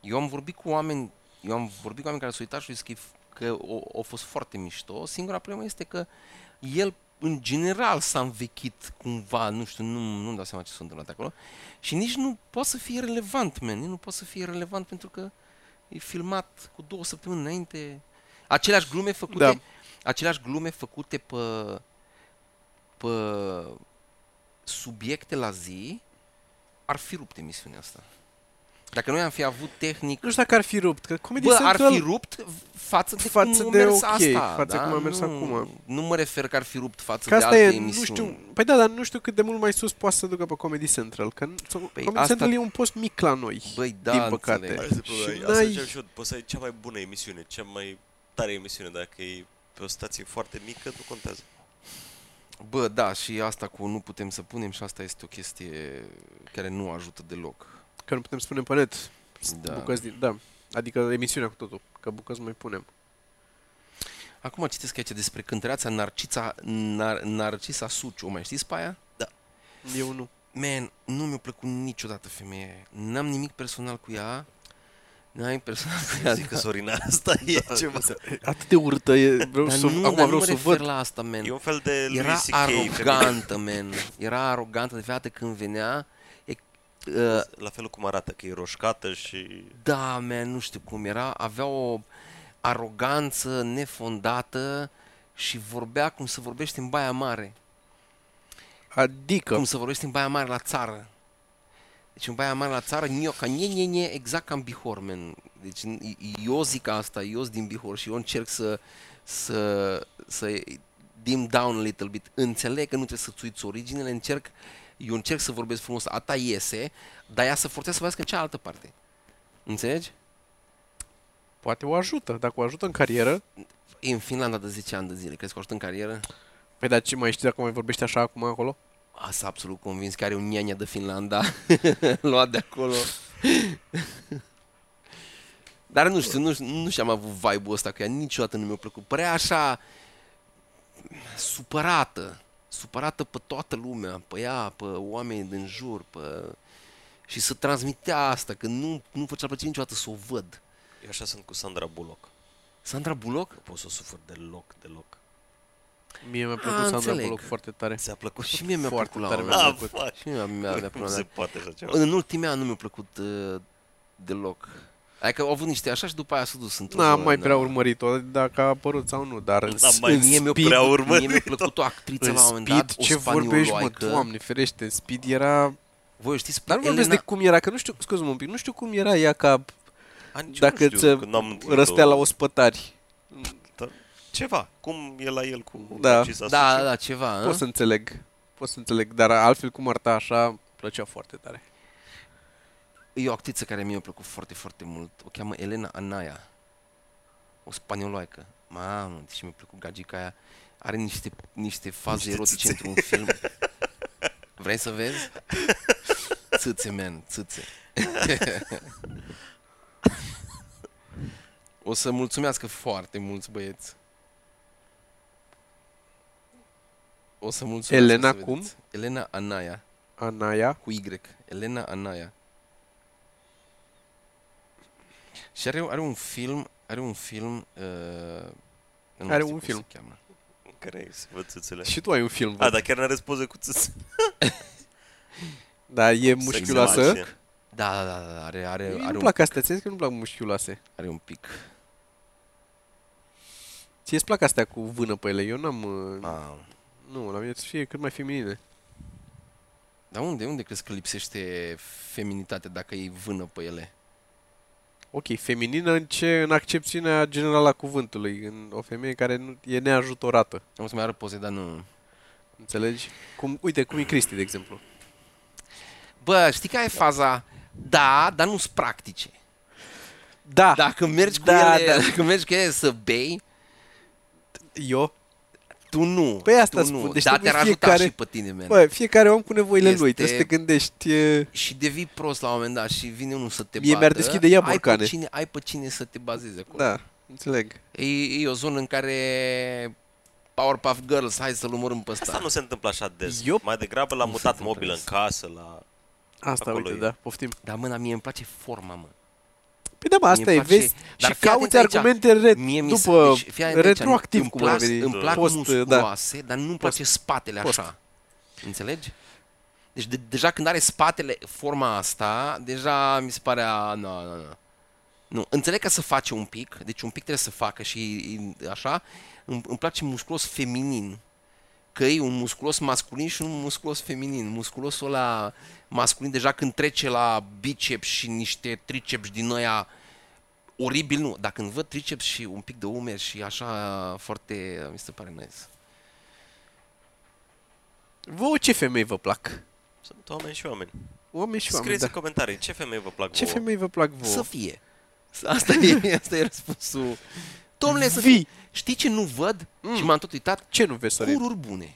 C: Eu am vorbit cu oameni, eu am vorbit cu oameni care s-au uitat și au zis că, e- că o, o fost foarte mișto. Singura problemă este că el în general s-a învechit cumva, nu știu, nu, nu-mi dau seama ce s-a întâmplat acolo. Și nici nu poate să fie relevant, man. Nici Nu poate să fie relevant pentru că e filmat cu două săptămâni înainte. Aceleași glume făcute,
B: Da.
C: da. aceleași glume făcute pe, pe subiecte la zi, ar fi rupt emisiunea asta. Dacă noi am fi avut tehnic,
B: Nu știu dacă ar fi rupt, că Comedy
C: bă, ar
B: Central...
C: fi rupt față de
B: față
C: cum a
B: de
C: mers
B: ok,
C: asta.
B: față
C: da?
B: cum a mers
C: nu,
B: acum.
C: Nu mă refer că ar fi rupt față
B: Că
C: de
B: asta
C: alte
B: e,
C: emisiuni.
B: nu știu, păi da, dar nu știu cât de mult mai sus poate să ducă pe Comedy Central, că păi Comedy
C: asta-
B: Central e un post mic la noi,
C: Băi, da,
B: din păcate.
C: înțeleg.
A: Asta e
B: Și
A: problema. Asta
B: n-ai-
A: ziceam și eu, poți să ai cea mai bună emisiune, cea mai tare emisiune, dacă e pe o stație foarte mică, nu contează.
C: Bă, da, și asta cu nu putem să punem și asta este o chestie care nu ajută deloc.
B: că nu putem spune pe net
C: Da.
B: bucăți din... Da, adică emisiunea cu totul, că bucăți mai punem.
C: Acum citesc aici despre cântăreața Narcița, Nar, Narcisa Suciu. O mai știți pe aia?
B: Eu nu.
C: Man, nu mi-a plăcut niciodată femeia aia. N-am nimic personal cu ea. N-am nimic personal cu ea.
A: Zic că Sorina asta e
C: Da,
A: ce mă...
B: Atât de urâtă e, vreau
C: Dar
B: să,
C: nu,
B: acum
C: dar
B: vreau
C: nu
B: să
C: mă
B: o
C: refer
B: văd.
C: la asta, man.
A: E un fel de
C: da. Era
A: Louis C.K. femeie.
C: arogantă, man. Era arogantă de fiecare dată când venea. E, uh,
A: La felul cum arată, că e roșcată și...
C: da, man, nu știu cum era. Avea o aroganță nefondată și vorbea cum se vorbește în Baia Mare.
B: Adică,
C: Cum să vorbești în Baia Mare la țară. Deci în Baia Mare la țară, nioca, nie, nie, nie, exact ca în Bihor, man. Deci n- eu zic asta, eu sunt din Bihor și eu încerc să, să, să dim down a little bit. Înțeleg că nu trebuie să-ți uiți originele, încerc, eu încerc să vorbesc frumos, a ta iese, dar ea să forțează să vorbească în cealaltă parte. Înțelegi?
B: poate o ajută, dacă o ajută în carieră.
C: E în Finlanda de 10 ani de zile, crezi că o ajută în carieră?
B: Păi dar ce mai știi dacă mai vorbești așa acum acolo?
C: Asta absolut convins că are un niania de Finlanda luat de acolo. Dar nu știu, nu, știu- nu și-am avut vibe-ul ăsta cu ea, niciodată nu mi-a plăcut. Părea așa supărată, supărată pe toată lumea, pe ea, pe oamenii din jur, pe... și să transmitea asta, că nu, nu făcea plăcere niciodată să o văd.
A: Eu așa sunt cu Sandra Bullock.
C: Sandra Bullock?
A: Nu pot să o sufăr deloc, deloc.
B: Mie mi-a
C: A,
B: plăcut Sandra
C: Ah, înțeleg.
B: Bullock foarte tare.
A: Ți-a plăcut?
C: Și mie mi-a
B: Foarte
C: plăcut la
B: tare
C: un
B: mi-a
C: moment
A: Ah,
C: dat.
A: fuck!
C: Și mie mi-a mi-a plăcut la
A: Cum
C: un
A: se
C: moment
A: poate așa ceva?
C: dat. În ultimii ani nu mi-a plăcut uh, deloc. Adică au avut niște așa și după aia s-a dus într-o
B: N-am
C: zonă.
B: mai prea urmărit-o, dacă a apărut sau nu, dar în,
A: N-am mai-
B: în
C: da. Mie mi-a
B: speed,
A: prea
C: plăcut, mie
A: urmărit-o.
C: mi-a plăcut o actriță
B: în
C: la un moment
B: speed
C: dat, o
B: ce vorbești, mă,
C: spanioloaică.
B: doamne, ferește, în speed era...
C: Voi o știți pe
B: Dar nu vorbesc
C: Elena-
B: de cum era, că nu știu, scuze-mă un pic, nu știu cum era ea ca
A: A, nici eu
B: dacă
A: nu știu,
B: ți
A: că n-am întâlnit-o.
B: răstea la ospătari.
A: Ceva, cum e la el cu
B: Da.
A: Narcisa
C: Da, da,
A: Suciu.
C: da, ceva.
B: Pot
C: Pot
B: să înțeleg, pot să înțeleg, dar altfel cum arăta așa, plăcea foarte tare.
C: E o actriță care mi-a plăcut foarte, foarte mult. O cheamă Elena Anaya. O spanioloaică. Mamă, și mi-a plăcut gagica aia. Are niște, niște faze
A: Niște
C: erotice
A: țâțe.
C: într-un film. Vrei să vezi? Țâțe, man, țâțe. o să mulțumească foarte mulți băieți. O să mulțumesc.
B: Elena
C: o să
B: cum?
C: vedeți. Elena Anaya,
B: Anaya,
C: cu Y. Elena Anaya. Și are, are un film, are un film, uh, nu
B: Are
C: știu
B: un
C: cum
B: film.
C: Se cheamă.
A: În Care se văd țâțele.
C: Da.
B: și tu ai un film,
A: A, dar chiar n-are poze cu țâțe.
B: da, e
A: Sex
B: mușchiuloasă.
A: educație.
C: Da, da, da, da, are, are,
B: Mie
C: are,
B: nu-mi
C: un,
B: plac astea, ți că nu-mi plac mușchiuloase.
C: are un pic.
B: Ție îți plac astea cu vână pe ele, eu n-am... uh,
C: Ah.
B: Nu, la mine să fie cât mai feminine.
C: Dar unde, unde crezi că lipsește feminitatea dacă ei vână pe ele?
B: Ok, feminină în ce, în accepțiunea generală a cuvântului, în o femeie care nu, e neajutorată,
C: Am să mai arăt poze, dar nu...
B: înțelegi? Cum, uite, cum e Cristi, de exemplu.
C: Bă, știi care e faza? Da, dar nu-s practice.
B: Da, da.
C: Dacă mergi cu
B: Da,
C: ele,
B: da.
C: dacă mergi cu ele să bei,
B: eu
C: tu nu.
B: Păi asta
C: tu
B: spun,
C: nu.
B: deci
C: Dar
B: trebuie
C: te-ar ajuta
B: fiecare-
C: și pe tine, man.
B: Bă, fiecare om cu nevoile
C: Este-
B: lui, trebuie să te gândești. E...
C: Și devii prost la un moment dat și vine unul să te
B: Mie
C: bată.
B: mi-ar deschide ea
C: ai pe,
B: borcane.
C: cine, ai pe cine să te bazezi acolo.
B: Da, înțeleg.
C: E, e o zonă în care Powerpuff Girls, hai să-l omorâm pe
A: Asta
C: ăsta.
A: nu se întâmplă așa des.
B: Eu-
A: Mai degrabă l-am
C: Nu se
A: mutat
C: întâmplă
A: mobil în
C: des.
A: casă, la...
B: Asta,
A: Acolo
B: uite,
A: e.
B: da, poftim.
C: Dar mâna mie îmi place forma, mă.
B: Păi da, mă, asta
C: Mie
B: e,
C: îmi place-
B: vezi,
C: Dar
B: și
C: fii atent
B: cauți
C: aici.
B: argumente re...
C: Mie mi se-
B: după,
C: deci, fii atent aici,
B: retroactiv,
C: îmi
B: cum ar
C: plac-
B: veni.
C: Îmi plac
B: Post, da.
C: musculoase, dar nu-mi place spatele
B: Post.
C: așa. Înțelegi? Deci de, deja când are spatele forma asta, deja mi se pare a, nu, nu, nu. Nu, înțeleg că să face un pic, deci un pic trebuie să facă și e- așa. Îmi, îmi place musculos feminin. Că e un musculos masculin și un musculos feminin. Musculosul ăla masculin deja când trece la biceps și niște triceps din aia oribil, nu, dar când văd triceps și un pic de umeri și așa foarte, mi se pare nice.
B: Vouă ce femei vă plac?
A: Sunt oameni și oameni.
B: Oameni și oameni,
A: Scrieți
B: da.
A: în comentarii ce femei vă plac
B: Ce
A: vouă.
B: femei vă plac
C: Să
B: vouă?
C: fie. Asta e, asta e răspunsul. Domnule, să fie.
B: Vii.
C: Știi ce nu văd? Mm. Și m-am tot uitat?
B: Ce nu vezi, Sorin?
C: Cururi bune.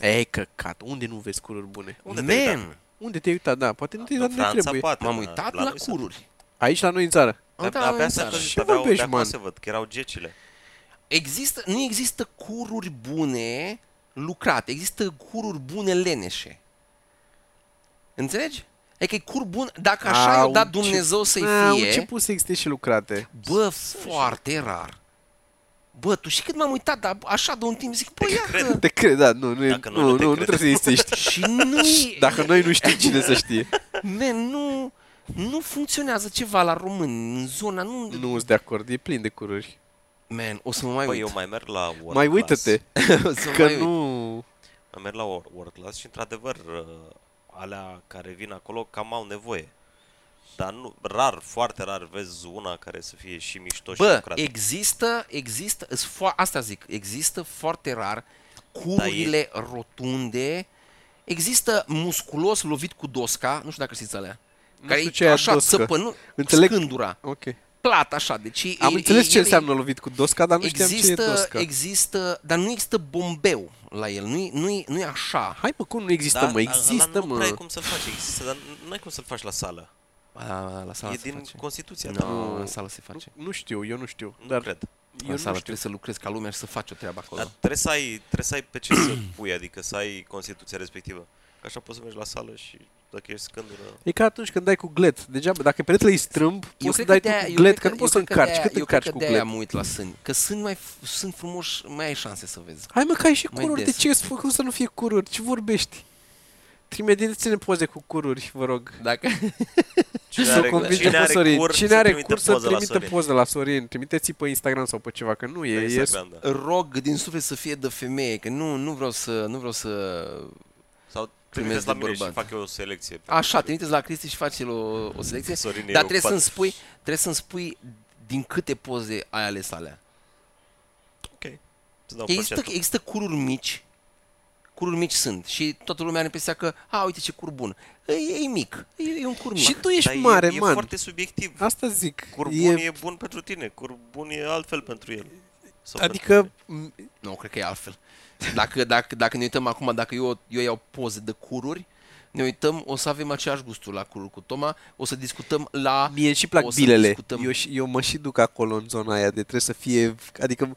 B: Ei, căcat, unde nu vezi cururi bune?
A: Unde te-ai uitat?
C: Man,
B: Unde te-ai uitat, da, poate nu te-ai
A: În
B: uitat unde
A: Franța,
B: trebuie.
A: poate.
C: m-am
A: dar
C: uitat
A: noi
C: la
A: se-
C: cururi.
B: Aici la noi în țară.
C: Am
A: Dar
C: uitat la
A: abia
C: noi în
A: s-a
C: țară.
A: căzut,
B: Da, Ce
A: aveau, de
B: vorbești,
A: acum
B: man?
A: se văd, că erau gecile.
C: Există, nu există cururi bune lucrate, există cururi bune leneșe. Înțelegi? Adică e cur bun, dacă așa i-a
B: Au,
C: dat
B: ce-
C: Dumnezeu să-i
B: A,
C: fie,
B: început să existe și lucrate.
C: bă, foarte rar. Bă, tu știi cât m-am uitat, dar așa de un timp zic, bă, ia
A: cred.
C: că...
B: Te cred, da, nu, nu, e-
A: Dacă
B: nu,
A: noi nu
B: nu,
A: te
B: nu
A: credem.
B: trebuie să insisti.
C: Și nu e-
B: Dacă noi nu știm, cine să știe?
C: Man, nu, nu funcționează ceva la români în zona, nu...
B: Nu sunt de acord, e plin de cururi.
C: Man, o să mă mai
A: Păi
C: uit.
A: eu mai merg la World
B: Mai
A: Class.
B: uită-te,
C: o să mă
B: că
C: mai uit.
B: nu...
A: Am mers la Wor- World Class și, într-adevăr, uh, alea care vin acolo cam au nevoie. Dar nu, rar, foarte rar vezi una care să fie și mișto și
C: Bă,
A: lucrată.
C: există, există, îs fo- asta zic, există foarte rar cururile da, rotunde, există musculos lovit cu dosca, nu știu dacă știți alea, nu care
B: știu
C: e
B: ce e
C: așa
B: doscă.
C: țăpă, nu,
B: Înțeleg.
C: scândura,
B: Ok.
C: plat așa, deci
B: Am
C: e-
B: înțeles
C: e-
B: ce
C: el e-
B: înseamnă lovit cu dosca, dar nu știam ce e
C: Există,
B: dosca.
C: există, dar nu există bombeu la el, nu-i, nu-i, nu-i așa.
B: Hai mă, cum nu
C: Da,
B: există, mă?
A: ăla
B: Există,
A: nu prea ai
B: mă.
A: cum să-l faci, există, dar nu ai cum să-l faci la sală.
C: La, la sală
A: e
C: Da, se
A: din
C: face.
A: Constituția ta.
C: Nu,
B: Nu.
C: în sală se
B: Nu,
C: face.
B: nu știu, eu nu știu.
A: Nu
B: Dar
A: cred.
B: eu
C: Eu în
B: nu
C: sală
B: știu.
C: trebuie să lucrezi ca lumea și să faci o treabă acolo.
A: Dar trebuie să ai, trebuie să ai pe ce să pui, adică să ai Constituția respectivă. Că așa poți să mergi la sală și dacă ești scândură...
B: E ca atunci când dai cu glet. Degeaba, dacă peretele îi strâmb,
C: Eu
B: poți să
C: cred
B: dai tu
C: de-aia-
B: cu
C: eu
B: glet,
C: cred
B: că nu poți să
C: eu cred că
B: încarci.
C: de-aia-
B: Cât
C: eu
B: încarci
C: cred că
B: cu
C: de-aia
B: glet?
C: mă uit la sâni, că sunt mai, f- sunt frumoși, mai ai șanse să vezi.
B: Hai mă, că ai și
C: Mai
B: cururi. De
C: des.
B: ce ai făcut să nu fie cururi? Ce vorbești? Trimiteți-ne poze cu cururi, vă rog.
C: Dacă...
A: Cine
B: Să o convingem
A: cine
B: pe
A: are
B: Sorin.
A: cur
B: Cine
A: să
B: are
A: trimită
B: cur să
A: poză la
B: trimită
A: Sorin.
B: poze la Sorin. Trimiteți-i pe Instagram sau pe ceva, că nu
A: Pe
B: e. e
A: Instagram, da.
C: Rog din suflet să fie de femeie, că nu, nu vreau să, nu vreau să...
A: Sau trimiteți la
C: de
A: mine și
C: bărbat.
A: fac eu o selecție.
C: Așa, trimiteți la Cristi și faci el o, o selecție,
A: Sorin e
C: dar trebuie
A: ocupat.
C: să-mi spui, trebuie să-mi spui din câte poze ai ales alea.
A: Ok. Îți dau
C: Există,
A: procentul.
C: există cururi mici, cururi mici sunt și toată lumea are impresia că, a, uite ce cur bun. E, e mic, e, e un cur mic.
B: Și tu ești
A: Dar e-
B: mare,
A: e,
B: man.
A: foarte subiectiv.
B: Asta zic.
A: Cur
B: e,
A: bun e... bun pentru tine, cur bun e altfel pentru el. Sau
B: adică, m-
C: Nu, cred că e altfel. Dacă, dacă, dacă ne uităm acum, dacă eu, eu iau poze de cururi, ne uităm, o să avem aceeași gustul la curul cu Toma, o să discutăm la...
B: mie și
C: Ah, o
B: plac
C: să
B: bilele.
C: discutăm.
B: Eu, și- eu mă și duc acolo în zona aia de trebuie să fie, adică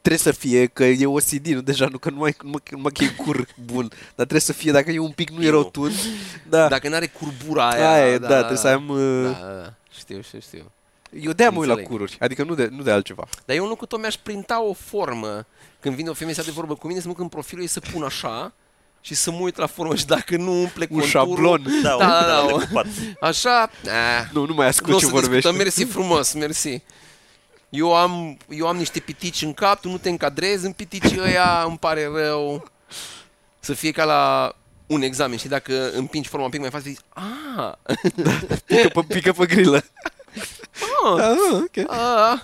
B: trebuie să fie că e OCD, nu deja nu că nu mai nu mă, nu mă că e cur bun, dar trebuie să fie dacă e un pic nu e
A: Eu.
B: rotund. Da.
C: Dacă n-are curbura aia...
B: aia, aia, da, trebuie să am
C: Da,
B: da.
C: da, da, știu, știu, știu.
B: Eu de mă uit la
C: Înțeleg.
B: cururi, adică nu de, nu de altceva.
C: Dar eu nu cu Toma aș printa o formă. Când vine o femeie să de vorbă cu mine, să mă duc în profilul ei să pun așa și să mă uit la formă și dacă nu umple
B: Un
C: conturul...
B: șablon.
A: Da,
C: Da, da, da,
A: da,
C: o-
A: da,
C: Așa... Ah.
B: Nu, nu mai ascult
C: Nu o
B: ce
C: să discutăm,
B: vorbești.
C: mersi frumos, mersi. Eu am, eu am niște pitici în cap, tu nu te încadrezi în piticii ăia, îmi pare rău. Să fie ca la un examen și dacă împingi forma un pic mai față, zici, "Ah, a,
B: Pică pe, pică pe grilă. Ah, ok.
C: a, ah."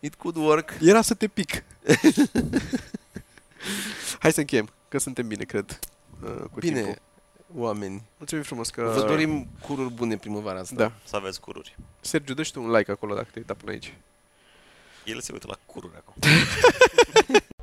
C: it could work.
B: Era să te pic. Hai să încheiem, că suntem bine, cred. uh, Cu
C: Bine,
B: timpul.
C: oameni.
B: Mulțumim frumos că...
C: Vă dorim cururi bune primăvara asta.
B: Da.
A: Să aveți cururi.
B: Sergiu, dă și tu un like acolo dacă te-ai uitat până aici.
A: El se uită la cururi acum.